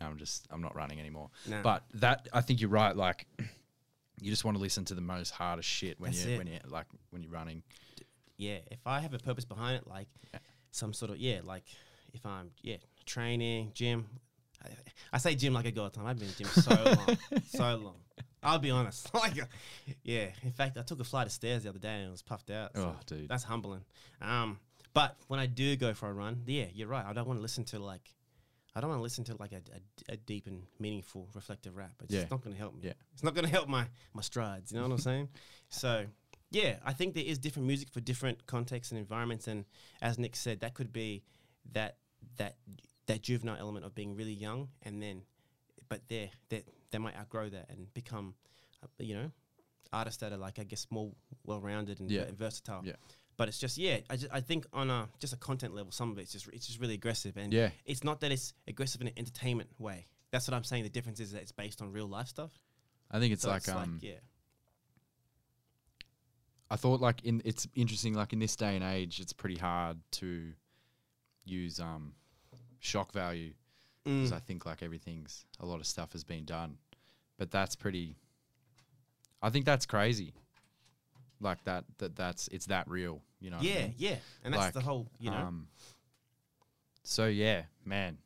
Speaker 2: I'm just I'm not running anymore.
Speaker 1: No.
Speaker 2: But that I think you're right. Like, you just want to listen to the most hardest shit when
Speaker 1: That's
Speaker 2: you are
Speaker 1: it.
Speaker 2: when you are like when you're running.
Speaker 1: yeah, if I have a purpose behind it, like some sort of yeah, like if I'm yeah training, gym. I, I say gym like a god time. I've been in gym so long, so long. I'll be honest. like, uh, yeah. In fact, I took a flight of stairs the other day and I was puffed out. so
Speaker 2: Oh, dude.
Speaker 1: that's humbling. Um, but when I do go for a run, yeah, you're right. I don't want to listen to like. I don't want to listen to like a, a, a deep and meaningful reflective rap. It's
Speaker 2: Yeah.
Speaker 1: just not going to help me.
Speaker 2: Yeah.
Speaker 1: It's not going to help my my strides. You know what I'm saying? So yeah, I think there is different music for different contexts and environments. And as Nick said, that could be that that that juvenile element of being really young, and then but they they they might outgrow that and become uh, you know artists that are like I guess more well rounded and
Speaker 2: Yeah.
Speaker 1: ver- versatile.
Speaker 2: Yeah.
Speaker 1: But it's just yeah, I, just, I think on a just a content level, some of it's just it's just really aggressive, and
Speaker 2: Yeah.
Speaker 1: it's not that it's aggressive in an entertainment way. That's what I'm saying. The difference is that it's based on real life stuff.
Speaker 2: I think it's
Speaker 1: So
Speaker 2: like
Speaker 1: it's
Speaker 2: um.
Speaker 1: yeah,
Speaker 2: I thought like in it's interesting. Like in this day and age, it's pretty hard to use um shock value
Speaker 1: Mm.
Speaker 2: because I think like everything's a lot of stuff has been done, but that's pretty. I think that's crazy. Like that that that's it's that real. You know. what I
Speaker 1: yeah,
Speaker 2: mean?
Speaker 1: yeah, and that's the
Speaker 2: Like,
Speaker 1: whole you know.
Speaker 2: Um, so yeah, man.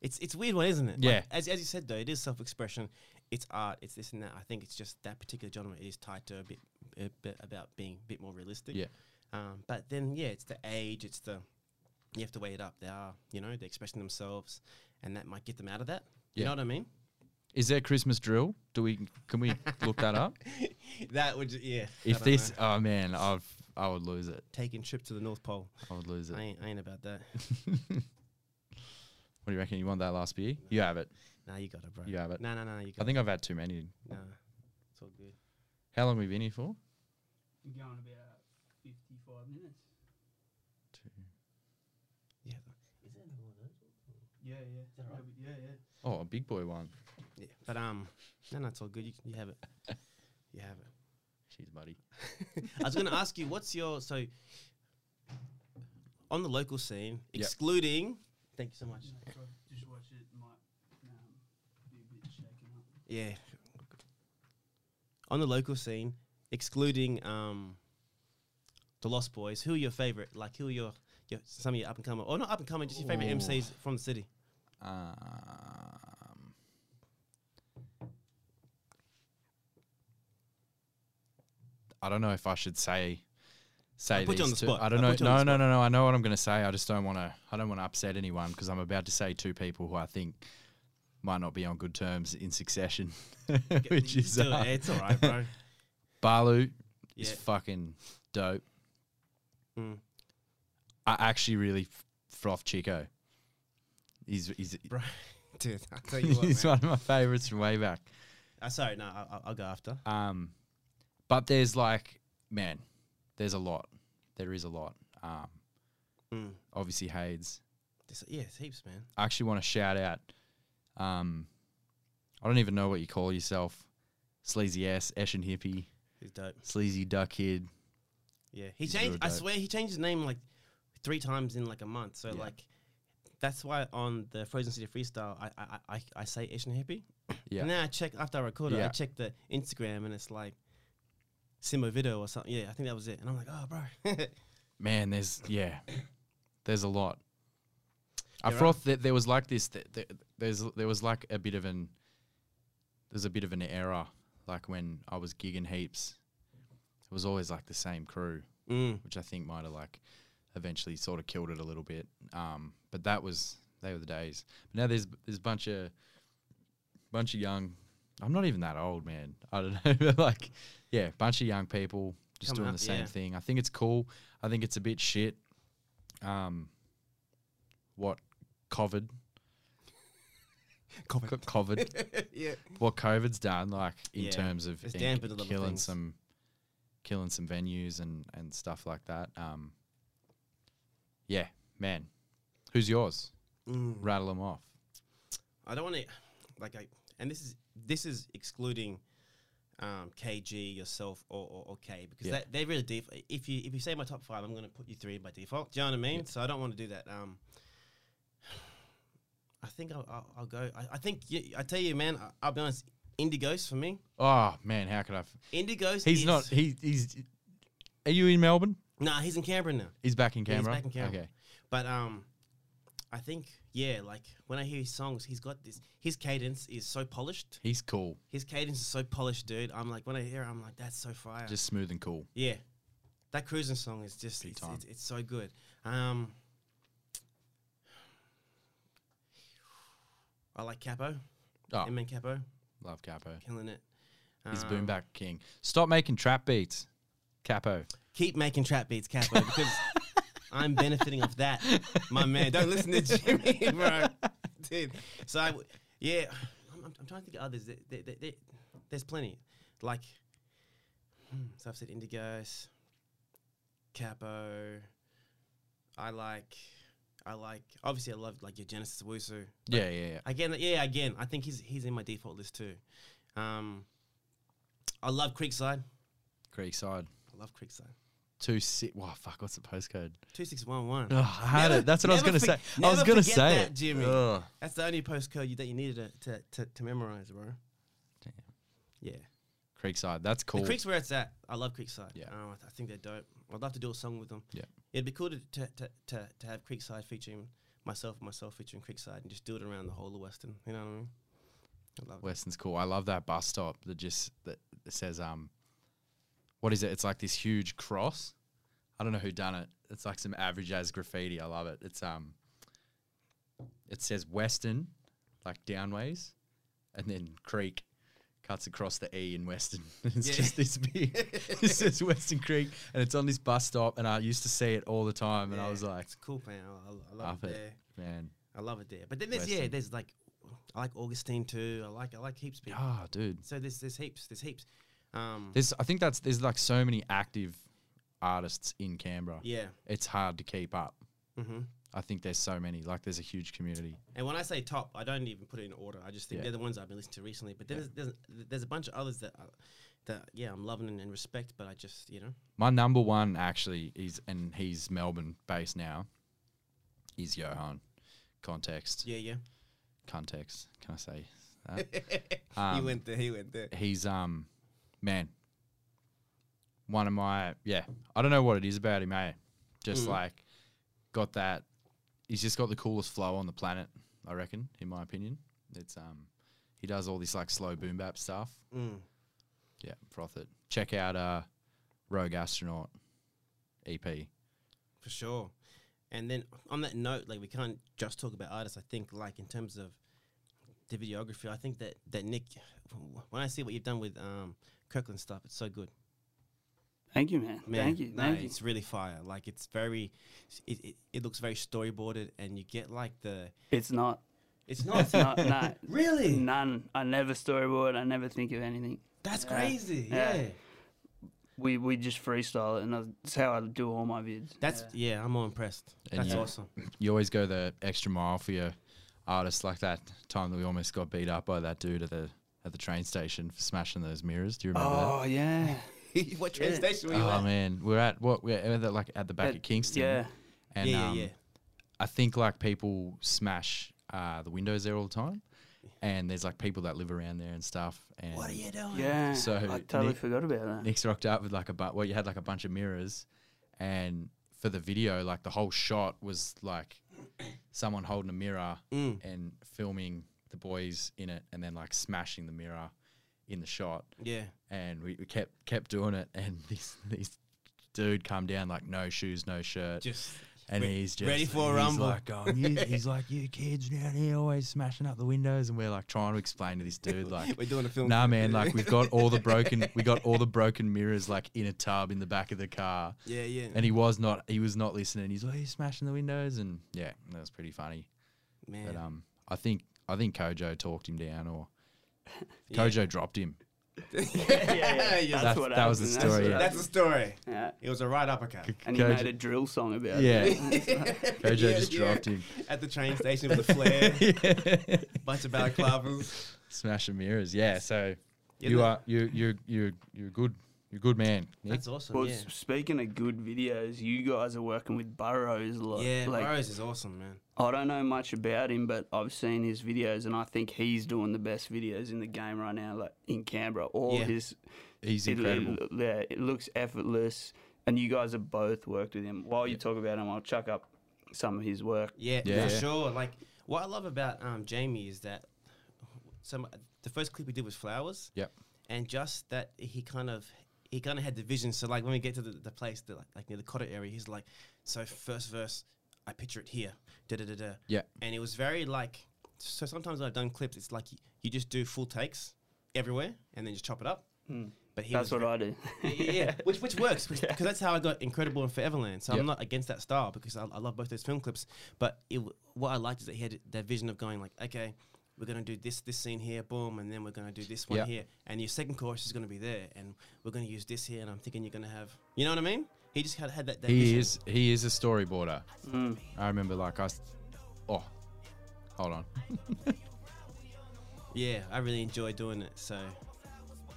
Speaker 1: It's it's a weird one, isn't it? Like,
Speaker 2: Yeah.
Speaker 1: as, as you said though, it is self expression, it's art, it's this and that. I think it's just that particular genre is tied to a bit, a bit about being a bit more realistic.
Speaker 2: Yeah.
Speaker 1: Um, but then yeah, it's the age, it's the you have to weigh it up. They are, you know, they're expressing themselves and that might get them out of that. You
Speaker 2: Yeah.
Speaker 1: know what I mean?
Speaker 2: Is there Christmas drill? Do we can we look that up?
Speaker 1: that would yeah. I
Speaker 2: If
Speaker 1: don't
Speaker 2: this
Speaker 1: know.
Speaker 2: oh man, I've I would lose it.
Speaker 1: taking trip to the North Pole.
Speaker 2: I would lose it.
Speaker 1: I
Speaker 2: What
Speaker 1: ain't, I ain't about that.
Speaker 2: do you reckon? You want that last beer? You have it.
Speaker 1: nah, you got it, bro.
Speaker 2: You have it.
Speaker 1: No, no, no, you
Speaker 2: I
Speaker 1: got it.
Speaker 2: think I've had too many.
Speaker 1: Nah. It's all good.
Speaker 2: How long have we been here for?
Speaker 8: You're going about 55 minutes.
Speaker 1: Yeah.
Speaker 8: Yeah, yeah. Maybe- Yeah, yeah.
Speaker 2: Oh, a big boy one.
Speaker 1: Yeah. But um no, no, it's all good. You, you have it. You have it.
Speaker 2: Jeez, buddy.
Speaker 1: I was going to ask you, what's your so on the local scene,
Speaker 2: Yep.
Speaker 1: excluding? Thank you so much.
Speaker 8: No, if I just watch it, it might um, be a bit shaken up.
Speaker 1: Yeah, on the local scene, excluding um the Lost Boys. Who are your favorite? Like, who are your, your some of your up and coming, or not up and coming, just your favorite
Speaker 2: Ooh.
Speaker 1: MCs from the city?
Speaker 2: Um, I don't know if I should say say
Speaker 1: I'll put you on
Speaker 2: these
Speaker 1: the
Speaker 2: two.
Speaker 1: spot.
Speaker 2: I don't
Speaker 1: I'll
Speaker 2: know.
Speaker 1: put you on
Speaker 2: No,
Speaker 1: the
Speaker 2: no, no, no. I know what I'm going to say. I just don't want to. I don't want to upset anyone because I'm about to say two people who I think might not be on good terms in succession, which
Speaker 1: Just
Speaker 2: is
Speaker 1: do it.
Speaker 2: uh,
Speaker 1: it's all right, bro.
Speaker 2: Balu is
Speaker 1: Yeah.
Speaker 2: fucking dope.
Speaker 1: Mm.
Speaker 2: I actually really f- froth Chico. He's he's,
Speaker 1: bro. Dude, I'll tell you what,
Speaker 2: he's
Speaker 1: man.
Speaker 2: one of my favorites from way back.
Speaker 1: Uh, sorry, no, I'll, I'll go after.
Speaker 2: Um, but there's like, man, there's a lot. There is a lot. Um,
Speaker 1: Mm.
Speaker 2: obviously Hades.
Speaker 1: This- yeah, it's heaps, man.
Speaker 2: I actually want to shout out. Um, I don't even know what you call yourself, sleazy ass, Esh and hippie.
Speaker 1: He's dope.
Speaker 2: Sleazy Duck Kid.
Speaker 1: Yeah, he
Speaker 2: He's
Speaker 1: changed.
Speaker 2: real
Speaker 1: I
Speaker 2: dope.
Speaker 1: swear, he changed his name like three times in like a month. So
Speaker 2: Yeah.
Speaker 1: like, that's why on the Frozen City freestyle, I I I, I- I say Asian hippie.
Speaker 2: Yeah.
Speaker 1: And then I check after I record it, I
Speaker 2: Yeah.
Speaker 1: check the Instagram, and it's like Simo Video or something. Yeah, I think that was it. And I'm like, oh, bro.
Speaker 2: Man, there's yeah, there's a lot. I
Speaker 1: There
Speaker 2: thought that there was like this. That, that- there's there was like a bit of an there's a bit of an era like when I was gigging heaps. It was always like the same crew,
Speaker 1: mm.
Speaker 2: which I think might have like eventually sort of killed it a little bit. Um, but that was they were the days. But now there's there's a bunch of bunch of young. I'm not even that old, man. I don't know. but like, yeah, bunch of young people just
Speaker 1: Coming
Speaker 2: doing
Speaker 1: up,
Speaker 2: the same
Speaker 1: yeah.
Speaker 2: thing. I think it's cool. I think it's a bit shit. Um, what COVID? COVID. COVID.
Speaker 1: yeah.
Speaker 2: what COVID's done, like in
Speaker 1: Yeah,
Speaker 2: terms of
Speaker 1: it's
Speaker 2: in-
Speaker 1: dampened a lot of
Speaker 2: killing
Speaker 1: things.
Speaker 2: some, killing some venues and and stuff like that. Um, yeah, man, who's yours?
Speaker 1: Mm.
Speaker 2: Rattle them off.
Speaker 1: I don't want to like I and this is this is excluding um, KG yourself or, or, or K because
Speaker 2: Yeah.
Speaker 1: that, they're really deep. If you if you say my top five, I'm going to put you three by default. Do you know what I mean? So I don't want to do that. Um, I think I'll, I'll, I'll go. I, I think you, I tell you, man. I, I'll be honest. Indigo's for me.
Speaker 2: Oh man, how could I? F-
Speaker 1: Indigo's.
Speaker 2: he's
Speaker 1: is-
Speaker 2: not. He, he's. Are you in Melbourne?
Speaker 1: Nah, he's in Canberra now.
Speaker 2: He's back in
Speaker 1: Yeah, he's
Speaker 2: Canberra.
Speaker 1: back in Canberra.
Speaker 2: Okay.
Speaker 1: But um, I think yeah. Like when I hear his songs, he's got this. His cadence is so polished.
Speaker 2: He's cool.
Speaker 1: His cadence is so polished, dude. I'm like, when I hear, it, I'm like, that's so fire.
Speaker 2: Just smooth and cool.
Speaker 1: yeah, that cruising song is just
Speaker 2: Big
Speaker 1: it's,
Speaker 2: time.
Speaker 1: it's, it's so good. Um, I like Capo,
Speaker 2: Oh,
Speaker 1: M and Capo,
Speaker 2: love Capo.
Speaker 1: killing it.
Speaker 2: He's
Speaker 1: Um,
Speaker 2: boom boomback king. Stop making trap beats, Capo.
Speaker 1: Keep making trap beats, Capo, because I'm benefiting off that, my man. Don't listen to Jimmy, bro, dude. So I w yeah, I'm, I'm, I'm trying to think of others. There- there- there- there- there's plenty. Like, hmm, so I've said Indigos, Capo. I like, I like. Obviously, I love like your Genesis Wusu.
Speaker 2: Yeah, yeah, yeah.
Speaker 1: Again, yeah, again. I think he's he's in my default list too. Um, I love Creekside.
Speaker 2: Creekside.
Speaker 1: I love Creekside.
Speaker 2: Two six. Wow, fuck. What's the postcode?
Speaker 1: Two six one one.
Speaker 2: Oh, I had
Speaker 1: Never-
Speaker 2: it. That's what I was
Speaker 1: never
Speaker 2: gonna
Speaker 1: for-
Speaker 2: say. I was
Speaker 1: never
Speaker 2: gonna
Speaker 1: forget
Speaker 2: say
Speaker 1: that,
Speaker 2: it.
Speaker 1: Jimmy.
Speaker 2: Ugh.
Speaker 1: That's the only postcode you, that you needed to, to, to, to memorize, bro.
Speaker 2: Damn.
Speaker 1: Yeah.
Speaker 2: Creekside. That's cool.
Speaker 1: The Creek's where it's at. I love Creekside.
Speaker 2: Yeah.
Speaker 1: Um, I, th- I think they're dope. I'd love to do a song with them.
Speaker 2: Yeah.
Speaker 1: It'd be cool to, to, to, to, to have Creekside featuring myself and myself featuring Creekside and just do it around the whole of Western. You know what I mean? I love it.
Speaker 2: Western's cool. I love that bus stop that just that that says um, what is it? It's like this huge cross. I don't know who done it. It's like some average as graffiti. I love it. It's um, it says Western, like downways, and then Creek cuts across the E in Western. it's
Speaker 1: Yeah.
Speaker 2: just this big. it says Western Creek, and it's on this bus stop. And I used to see it all the time, and I
Speaker 1: Yeah,
Speaker 2: was like,
Speaker 1: it's cool, man. I, I, I love
Speaker 2: up
Speaker 1: it
Speaker 2: it,
Speaker 1: there.
Speaker 2: man.
Speaker 1: I love it there. But then there's yeah,
Speaker 2: Western.
Speaker 1: there's like I like Augustine too. I like I like heaps of people.
Speaker 2: Ah, dude.
Speaker 1: So there's there's heaps. There's heaps. Um,
Speaker 2: There's I think that's there's like so many active artists in Canberra.
Speaker 1: yeah.
Speaker 2: It's hard to keep up.
Speaker 1: hmm
Speaker 2: I think there's so many. Like there's a huge community.
Speaker 1: And when I say top, I don't even put it in order. I just think
Speaker 2: Yeah.
Speaker 1: they're the ones I've been listening to recently. But then there's, there's there's a bunch of others that I, that yeah I'm loving and, and respect. But I just you know
Speaker 2: My number one actually is and he's Melbourne based now. Is Johan. Context.
Speaker 1: yeah yeah
Speaker 2: Context. Can I say that?
Speaker 1: he
Speaker 2: Um,
Speaker 1: went there he went there
Speaker 2: he's um man one of my yeah i don't know what it is about him eh just
Speaker 1: Mm.
Speaker 2: like got that he's just got the coolest flow on the planet i reckon in my opinion it's um he does all this like slow boom bap stuff
Speaker 1: mm.
Speaker 2: yeah froth it check out uh rogue astronaut E ep
Speaker 1: for sure. And then on that note, like we can't just talk about artists. I think like in terms of the videography, I think that that Nick, when I see what you've done with um Kirkland stuff, it's so good.
Speaker 3: Thank you, man.
Speaker 1: Man,
Speaker 3: Thank you.
Speaker 1: no,
Speaker 3: Thank you.
Speaker 1: It's really fire. Like it's very, it, it, it looks very storyboarded, and you get like the.
Speaker 3: It's not.
Speaker 1: It's not.
Speaker 3: It's not. No.
Speaker 1: Really?
Speaker 3: None. I never storyboard. I never think of anything.
Speaker 1: That's
Speaker 3: Yeah.
Speaker 1: crazy. Yeah.
Speaker 3: Yeah. We we just freestyle it, and that's how I do all my vids.
Speaker 1: That's yeah. I'm all impressed.
Speaker 2: And
Speaker 1: That's
Speaker 2: you-
Speaker 1: awesome.
Speaker 2: you always go the extra mile for your artists like that time that we almost got beat up by that dude at the at the train station for smashing those mirrors do you remember that
Speaker 3: Oh yeah.
Speaker 1: what train
Speaker 3: Yeah.
Speaker 1: station were you
Speaker 2: Oh
Speaker 1: at?
Speaker 2: man, we're at what we're at the, like at the back
Speaker 3: At-
Speaker 2: of Kingston.
Speaker 3: yeah.
Speaker 2: and
Speaker 1: Yeah, yeah,
Speaker 2: um,
Speaker 1: yeah.
Speaker 2: I think like people smash uh, the windows there all the time, and there's like people that live around there and stuff. And
Speaker 1: What are you doing?
Speaker 3: Yeah.
Speaker 2: So,
Speaker 3: I totally
Speaker 2: Nick-
Speaker 3: forgot about that.
Speaker 2: Nick's rocked up with like a bu- well, you had like a bunch of mirrors, and for the video, like the whole shot was like someone holding a mirror
Speaker 1: Mm.
Speaker 2: and filming the boys in it, and then like smashing the mirror in the shot.
Speaker 1: Yeah.
Speaker 2: And we, we kept kept doing it, and this this dude come down like no shoes, no shirt,
Speaker 1: Just
Speaker 2: and
Speaker 1: re-
Speaker 2: he's just
Speaker 1: ready for a
Speaker 2: he's
Speaker 1: rumble.
Speaker 2: Like going, you, he's like, you kids down here always smashing up the windows, and we're like trying to explain to this dude like.
Speaker 1: we're doing a film.
Speaker 2: Nah, man. Like we've got all the broken, we got all the broken mirrors like in a tub in the back of the car,
Speaker 1: yeah, yeah.
Speaker 2: and he was not, he was not listening. He's like, he's smashing the windows, and yeah, that was pretty funny.
Speaker 1: man.
Speaker 2: But um, I think I think Kojo talked him down, or
Speaker 1: Yeah.
Speaker 2: Kojo dropped him.
Speaker 3: yeah, yeah,
Speaker 1: Yeah.
Speaker 3: That's
Speaker 2: That's-
Speaker 3: what
Speaker 2: that was the
Speaker 3: happened,
Speaker 2: story,
Speaker 3: what
Speaker 1: That's a story.
Speaker 3: happened. Yeah.
Speaker 1: It was a right uppercut.
Speaker 3: And he
Speaker 2: Kojo-
Speaker 3: made a drill song about
Speaker 2: yeah,
Speaker 3: it.
Speaker 2: Kojo
Speaker 1: Yeah,
Speaker 2: just
Speaker 1: yeah.
Speaker 2: dropped him.
Speaker 1: At the train station with a flare, bunch of balaclavas.
Speaker 2: Smashing mirrors. Yeah. So
Speaker 1: Yeah,
Speaker 2: you
Speaker 1: that-
Speaker 2: are you you you you're good. You're a good man. Nick.
Speaker 1: That's awesome.
Speaker 3: Well,
Speaker 1: yeah.
Speaker 3: s- speaking of good videos, you guys are working with Burrows a lot.
Speaker 1: Yeah,
Speaker 3: like,
Speaker 1: Burrows is awesome, man.
Speaker 3: I don't know much about him, but I've seen his videos, and I think he's doing the best videos in the game right now, like in Canberra. All
Speaker 1: Yeah.
Speaker 3: his,
Speaker 2: He's
Speaker 3: it,
Speaker 2: incredible.
Speaker 3: it- yeah, it looks effortless, and you guys have both worked with him. While you talk about him, I'll chuck up some of his work.
Speaker 1: Yeah,
Speaker 2: Yeah.
Speaker 1: for sure. Like what I love about um, Jamie is that some the first clip we did was flowers.
Speaker 2: Yep.
Speaker 1: And just that he kind of he kind of had the vision. So like when we get to the, the place, the, like, like near the Cotter area, he's like, so first verse, I picture it here, da da da da.
Speaker 2: Yeah.
Speaker 1: And it was very like so. Sometimes when I've done clips, it's like you, you just do full takes everywhere and then just chop it up. But he
Speaker 3: Hmm. That's
Speaker 1: was
Speaker 3: what I do.
Speaker 1: yeah, yeah, yeah. Which which works because that's how I got Incredible and Foreverland. So
Speaker 2: Yep.
Speaker 1: I'm not against that style because I, I love both those film clips. But it, w- what I liked is that he had that vision of going like, okay, we're gonna do this this scene here, boom, and then we're gonna do this one
Speaker 2: Yep.
Speaker 1: here, and your second chorus is gonna be there, and we're gonna use this here, and I'm thinking you're gonna have, you know what I mean? He just had had that. that
Speaker 2: He
Speaker 1: vision.
Speaker 2: is he is a storyboarder.
Speaker 3: Mm.
Speaker 2: I remember like I, s- oh, hold on.
Speaker 1: Yeah, I really enjoy doing it. So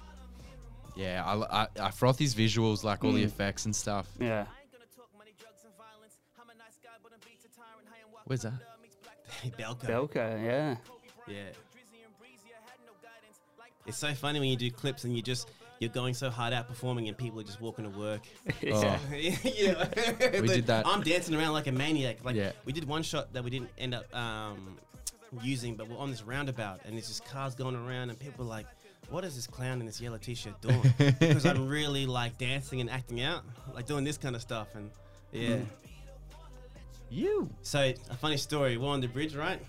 Speaker 2: Yeah, I, l- I, I froth his visuals, like all the
Speaker 1: Mm.
Speaker 2: effects and stuff.
Speaker 3: Yeah.
Speaker 6: I ain't gonna talk money, drugs, and violence. I'm a nice guy, but I'm beats a tyrant. High and wild
Speaker 2: Where's that?
Speaker 6: thunder meets black
Speaker 1: Belka.
Speaker 3: Belka, yeah.
Speaker 6: Kobe
Speaker 1: Yeah.
Speaker 6: Bryant, Lil Drizzy and Breezy. I had no guidance. Like
Speaker 1: It's so funny when you do clips and you just you're going so hard out performing and people are just walking to work.
Speaker 2: Oh,
Speaker 1: yeah,
Speaker 2: We did that.
Speaker 1: I'm dancing around like a maniac. Like
Speaker 2: Yeah.
Speaker 1: we did one shot that we didn't end up um, using, but we're on this roundabout and it's just cars going around and people are like, "What is this clown in this yellow t-shirt doing?" because I'm really like dancing and acting out, like doing this kind of stuff. And yeah,
Speaker 2: Hmm. you.
Speaker 1: so a funny story. We're on the bridge, right?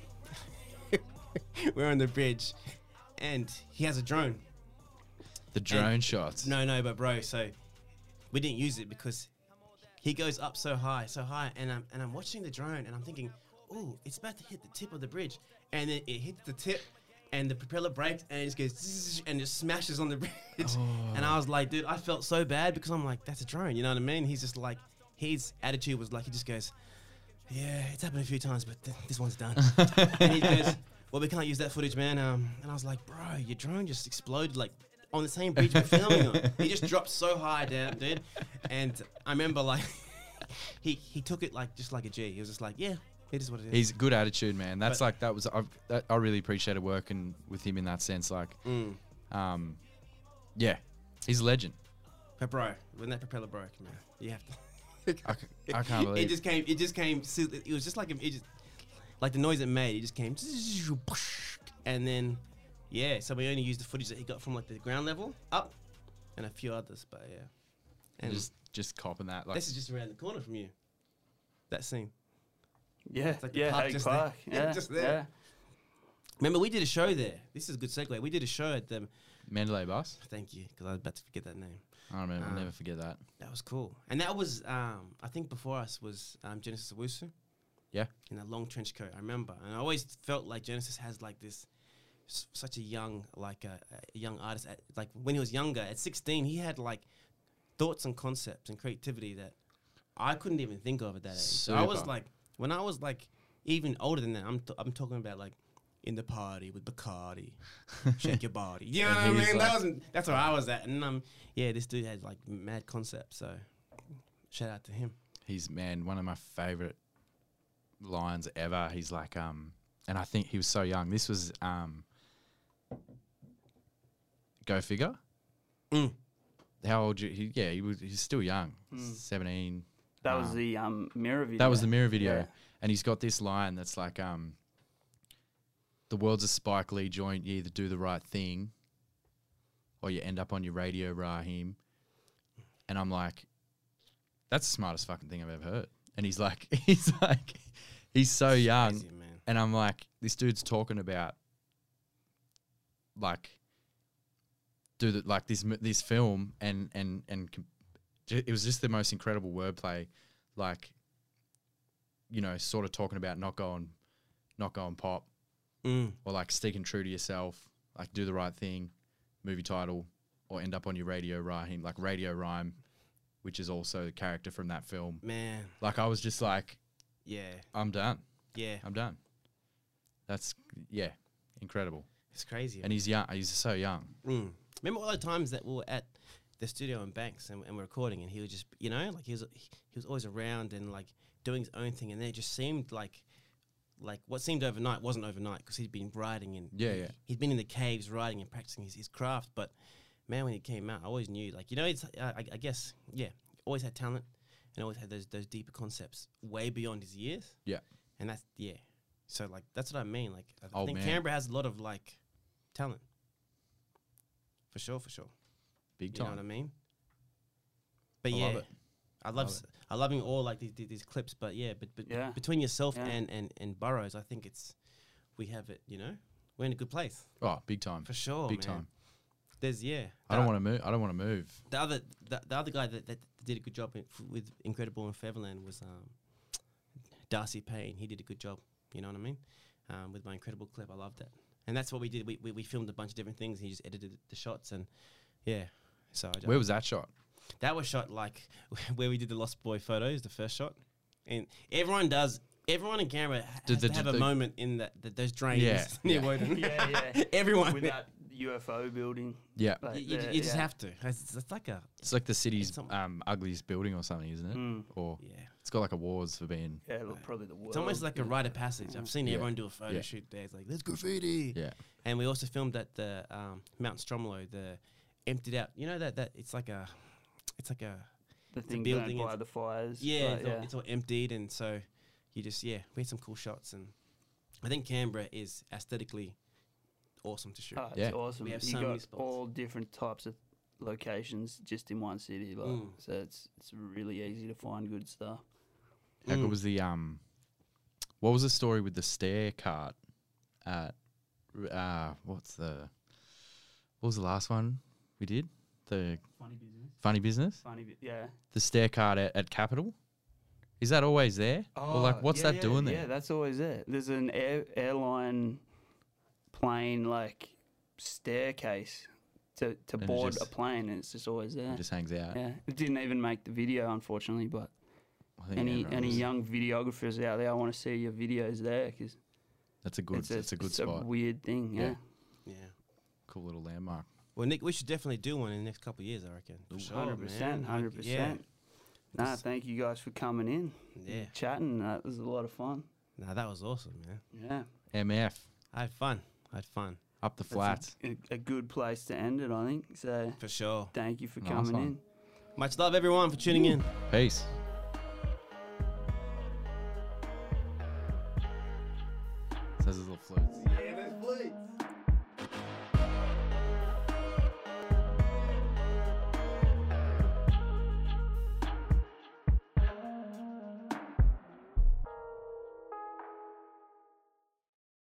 Speaker 1: we're on the bridge, and he has a drone.
Speaker 2: The drone shots.
Speaker 1: No, no, but bro, so we didn't use it because he goes up so high, so high, and I'm and I'm watching the drone and I'm thinking, ooh, it's about to hit the tip of the bridge, and then it hits the tip, and the propeller brakes and it just goes zzz, and just smashes on the bridge, and I was like, dude, I felt so bad because I'm like, that's a drone, you know what I mean? He's just like, his attitude was like he just goes, yeah, it's happened a few times, but th- this one's done. and he goes, well, we can't use that footage, man. Um, and I was like, bro, your drone just exploded like on the same beach we're filming on. He just dropped so high down, dude. And I remember like he he took it like just like a G. He was just like, yeah, it is what it is.
Speaker 2: He's good attitude, man. That's
Speaker 1: But-
Speaker 2: like that was I, that, I really appreciated working with him in that sense. Like,
Speaker 1: Mm.
Speaker 2: um, yeah, he's a legend.
Speaker 1: But bro, when that propeller broke, man, you have to.
Speaker 2: I, c- I can't believe
Speaker 1: It just came. It just came. so It was just like it just, like the noise it made. It just came, and then, yeah. So we only used the footage that he got from like the ground level up, and a few others. But yeah, and
Speaker 2: just just copping that. Like,
Speaker 1: this is just around the corner from you. That scene.
Speaker 3: Yeah.
Speaker 1: like the
Speaker 3: yeah,
Speaker 1: park
Speaker 3: Hague
Speaker 1: just there.
Speaker 3: Park.
Speaker 1: Yeah,
Speaker 3: Yeah,
Speaker 1: just there. Remember, we did a show there. This is a good segue. We did a show at them.
Speaker 2: Mandalay bus.
Speaker 1: Thank you, because I was about to forget that name.
Speaker 2: I remember. I'll
Speaker 1: Um,
Speaker 2: never forget that.
Speaker 1: That was cool, and that was um, I think before us was um, Genesis Owusu.
Speaker 2: Yeah.
Speaker 1: in a long trench coat. I remember, and I always felt like Genesis has like this, s- such a young like a, a young artist. At, like when he was younger, at sixteen, he had like thoughts and concepts and creativity that I couldn't even think of at that age. So I was
Speaker 2: Super.
Speaker 1: like, when I was like even older than that, I'm t- I'm talking about like in the party with Bacardi, shake your body. You know what I
Speaker 2: And
Speaker 1: mean?
Speaker 2: he's
Speaker 1: that
Speaker 2: like-
Speaker 1: was that's where I was at, and um, yeah, this dude had like mad concepts. So shout out to him.
Speaker 2: he's man one of my favorite lines ever he's like um and i think he was so young this was um go figure
Speaker 1: Mm.
Speaker 2: how old you he, yeah he was he's still young 17
Speaker 3: That was
Speaker 2: Ah.
Speaker 3: the um, mirror video.
Speaker 2: that was the mirror video
Speaker 3: Yeah.
Speaker 2: and he's got this line that's like um the world's a spike lee joint you either do the right thing or you end up on your radio raheem and i'm like that's the smartest fucking thing i've ever heard and he's like he's like he's so young
Speaker 1: Crazy, man.
Speaker 2: and I'm like, this dude's talking about like do that like this m- this film and and and com- ju- it was just the most incredible wordplay, like you know, sort of talking about not going not going pop
Speaker 1: Mm.
Speaker 2: or like sticking true to yourself, like do the right thing, movie title, or end up on your radio rhyme, like radio rhyme, which is also the character from that film.
Speaker 1: Man,
Speaker 2: Like I was just like,
Speaker 1: yeah,
Speaker 2: I'm done.
Speaker 1: yeah,
Speaker 2: I'm done. That's yeah, incredible.
Speaker 1: it's crazy.
Speaker 2: And he's young. He's so young.
Speaker 1: Mm. Remember all the times that we were at the studio in Banks and, and we're recording, and he was just, you know, like he was he was always around and like doing his own thing, and then it just seemed like like what seemed overnight wasn't overnight because he'd been writing and
Speaker 2: Yeah, yeah.
Speaker 1: he'd been in the caves writing and practicing his, his craft. But man, when he came out, I always knew, like you know, it's I, I- I guess yeah, always had talent and always had those those deeper concepts way beyond his years.
Speaker 2: Yeah.
Speaker 1: and that's yeah. So like that's what I mean. Like I
Speaker 2: Oh,
Speaker 1: think
Speaker 2: man.
Speaker 1: Canberra has a lot of like talent. For sure, for sure.
Speaker 2: Big
Speaker 1: You know
Speaker 2: time.
Speaker 1: what I mean? But
Speaker 2: I
Speaker 1: yeah,
Speaker 2: love it.
Speaker 1: I love,
Speaker 2: Love
Speaker 1: s- I love him all like these, these, these clips. But yeah, but, but
Speaker 3: Yeah.
Speaker 1: between yourself
Speaker 3: Yeah.
Speaker 1: and, and and Burrows, I think it's we have it. You know, we're in a good place
Speaker 2: Oh, big time.
Speaker 1: for sure.
Speaker 2: big
Speaker 1: man.
Speaker 2: time.
Speaker 1: There's yeah.
Speaker 2: I don't want to move. I don't want to move.
Speaker 1: the other the, the other guy that, that did a good job in, f- with Incredible and Featherland was um, Darcy Payne. He did a good job. You know what I mean? Um, with my Incredible clip, I loved it. And that's what we did. We, we, we filmed a bunch of different things. He just edited the shots and yeah. So I just,
Speaker 2: Where was that shot?
Speaker 1: that was shot like where we did the Lost Boy photos, the first shot. And everyone does. Everyone in camera ha-
Speaker 2: Did
Speaker 1: has
Speaker 2: the-
Speaker 1: to have
Speaker 2: did
Speaker 1: a
Speaker 2: the-
Speaker 1: moment in that, that those drains
Speaker 2: Yeah,
Speaker 1: near
Speaker 2: yeah.
Speaker 1: Woden.
Speaker 3: yeah, yeah.
Speaker 1: everyone.
Speaker 3: With that UFO building.
Speaker 2: Yeah,
Speaker 3: like
Speaker 1: you, you-
Speaker 3: the-
Speaker 1: you just
Speaker 3: yeah.
Speaker 1: have to. It's, it's like a
Speaker 2: it's like the city's
Speaker 1: It's al-
Speaker 2: um, ugliest building or something, isn't it?
Speaker 3: Mm.
Speaker 2: Or
Speaker 1: yeah.
Speaker 2: it's got like awards for being.
Speaker 3: Yeah, look, probably the world.
Speaker 1: It's almost like a rite of passage. I've seen
Speaker 2: Yeah.
Speaker 1: everyone do a photo
Speaker 2: Yeah.
Speaker 1: shoot there. It's like, there's graffiti.
Speaker 2: Yeah,
Speaker 1: And we also filmed at the um, Mount Stromlo, the emptied out. You know that that it's like a, it's like a
Speaker 3: the thing
Speaker 1: building
Speaker 3: burned by
Speaker 1: is-
Speaker 3: the fires.
Speaker 1: yeah,
Speaker 3: like,
Speaker 1: it's, All, it's all emptied, and so you just yeah, we had some cool shots, and I think Canberra is aesthetically awesome to shoot.
Speaker 3: Oh, it's
Speaker 2: Yeah.
Speaker 3: awesome.
Speaker 1: We have
Speaker 3: you
Speaker 1: so
Speaker 3: got
Speaker 1: many spots.
Speaker 3: all different types of locations just in one city, like
Speaker 1: Mm.
Speaker 3: so it's it's really easy to find good stuff.
Speaker 2: how
Speaker 1: Mm.
Speaker 2: good was the um? What was the story with the stair cart? At uh, what's the? What was the last one we did? The
Speaker 8: Funny business.
Speaker 2: funny business.
Speaker 3: Funny bit, yeah.
Speaker 2: the stair card at, at Capital? Is that always there?
Speaker 1: Oh,
Speaker 2: or like, what's that
Speaker 3: yeah, Oh, yeah,
Speaker 2: doing
Speaker 3: Yeah,
Speaker 2: there?
Speaker 3: that's always it. There's an air, airline plane like staircase to to
Speaker 2: it
Speaker 3: board
Speaker 2: just-
Speaker 3: a plane, and it's just always there.
Speaker 2: It just hangs out.
Speaker 3: yeah, it didn't even make the video, unfortunately, but.
Speaker 2: I think
Speaker 3: any
Speaker 2: everyone
Speaker 3: any
Speaker 2: was-
Speaker 3: young videographers out there, I want to see your videos there because
Speaker 2: That's a good.
Speaker 3: it's a,
Speaker 2: that's a good
Speaker 3: it's
Speaker 2: spot.
Speaker 3: A weird thing, yeah.
Speaker 2: Yeah.
Speaker 1: Yeah.
Speaker 2: cool little landmark.
Speaker 1: Well, Nick, we should definitely do one in the next couple of years, I reckon. For sure,
Speaker 3: Hundred percent,
Speaker 1: man.
Speaker 3: hundred
Speaker 1: Like, yeah,
Speaker 3: percent. Nah,
Speaker 1: Just-
Speaker 3: thank you guys for coming in,
Speaker 1: Yeah.
Speaker 3: chatting. That was a lot of fun.
Speaker 1: Now that was awesome, man.
Speaker 3: Yeah,
Speaker 2: MF
Speaker 1: I had fun. I had fun
Speaker 2: up the
Speaker 3: That's a-
Speaker 2: flats.
Speaker 3: A, a good place to end it, I think. So,
Speaker 1: for sure.
Speaker 3: thank you for
Speaker 2: Nice
Speaker 3: coming
Speaker 2: one.
Speaker 3: in.
Speaker 1: Much love, everyone, for tuning in.
Speaker 2: Peace.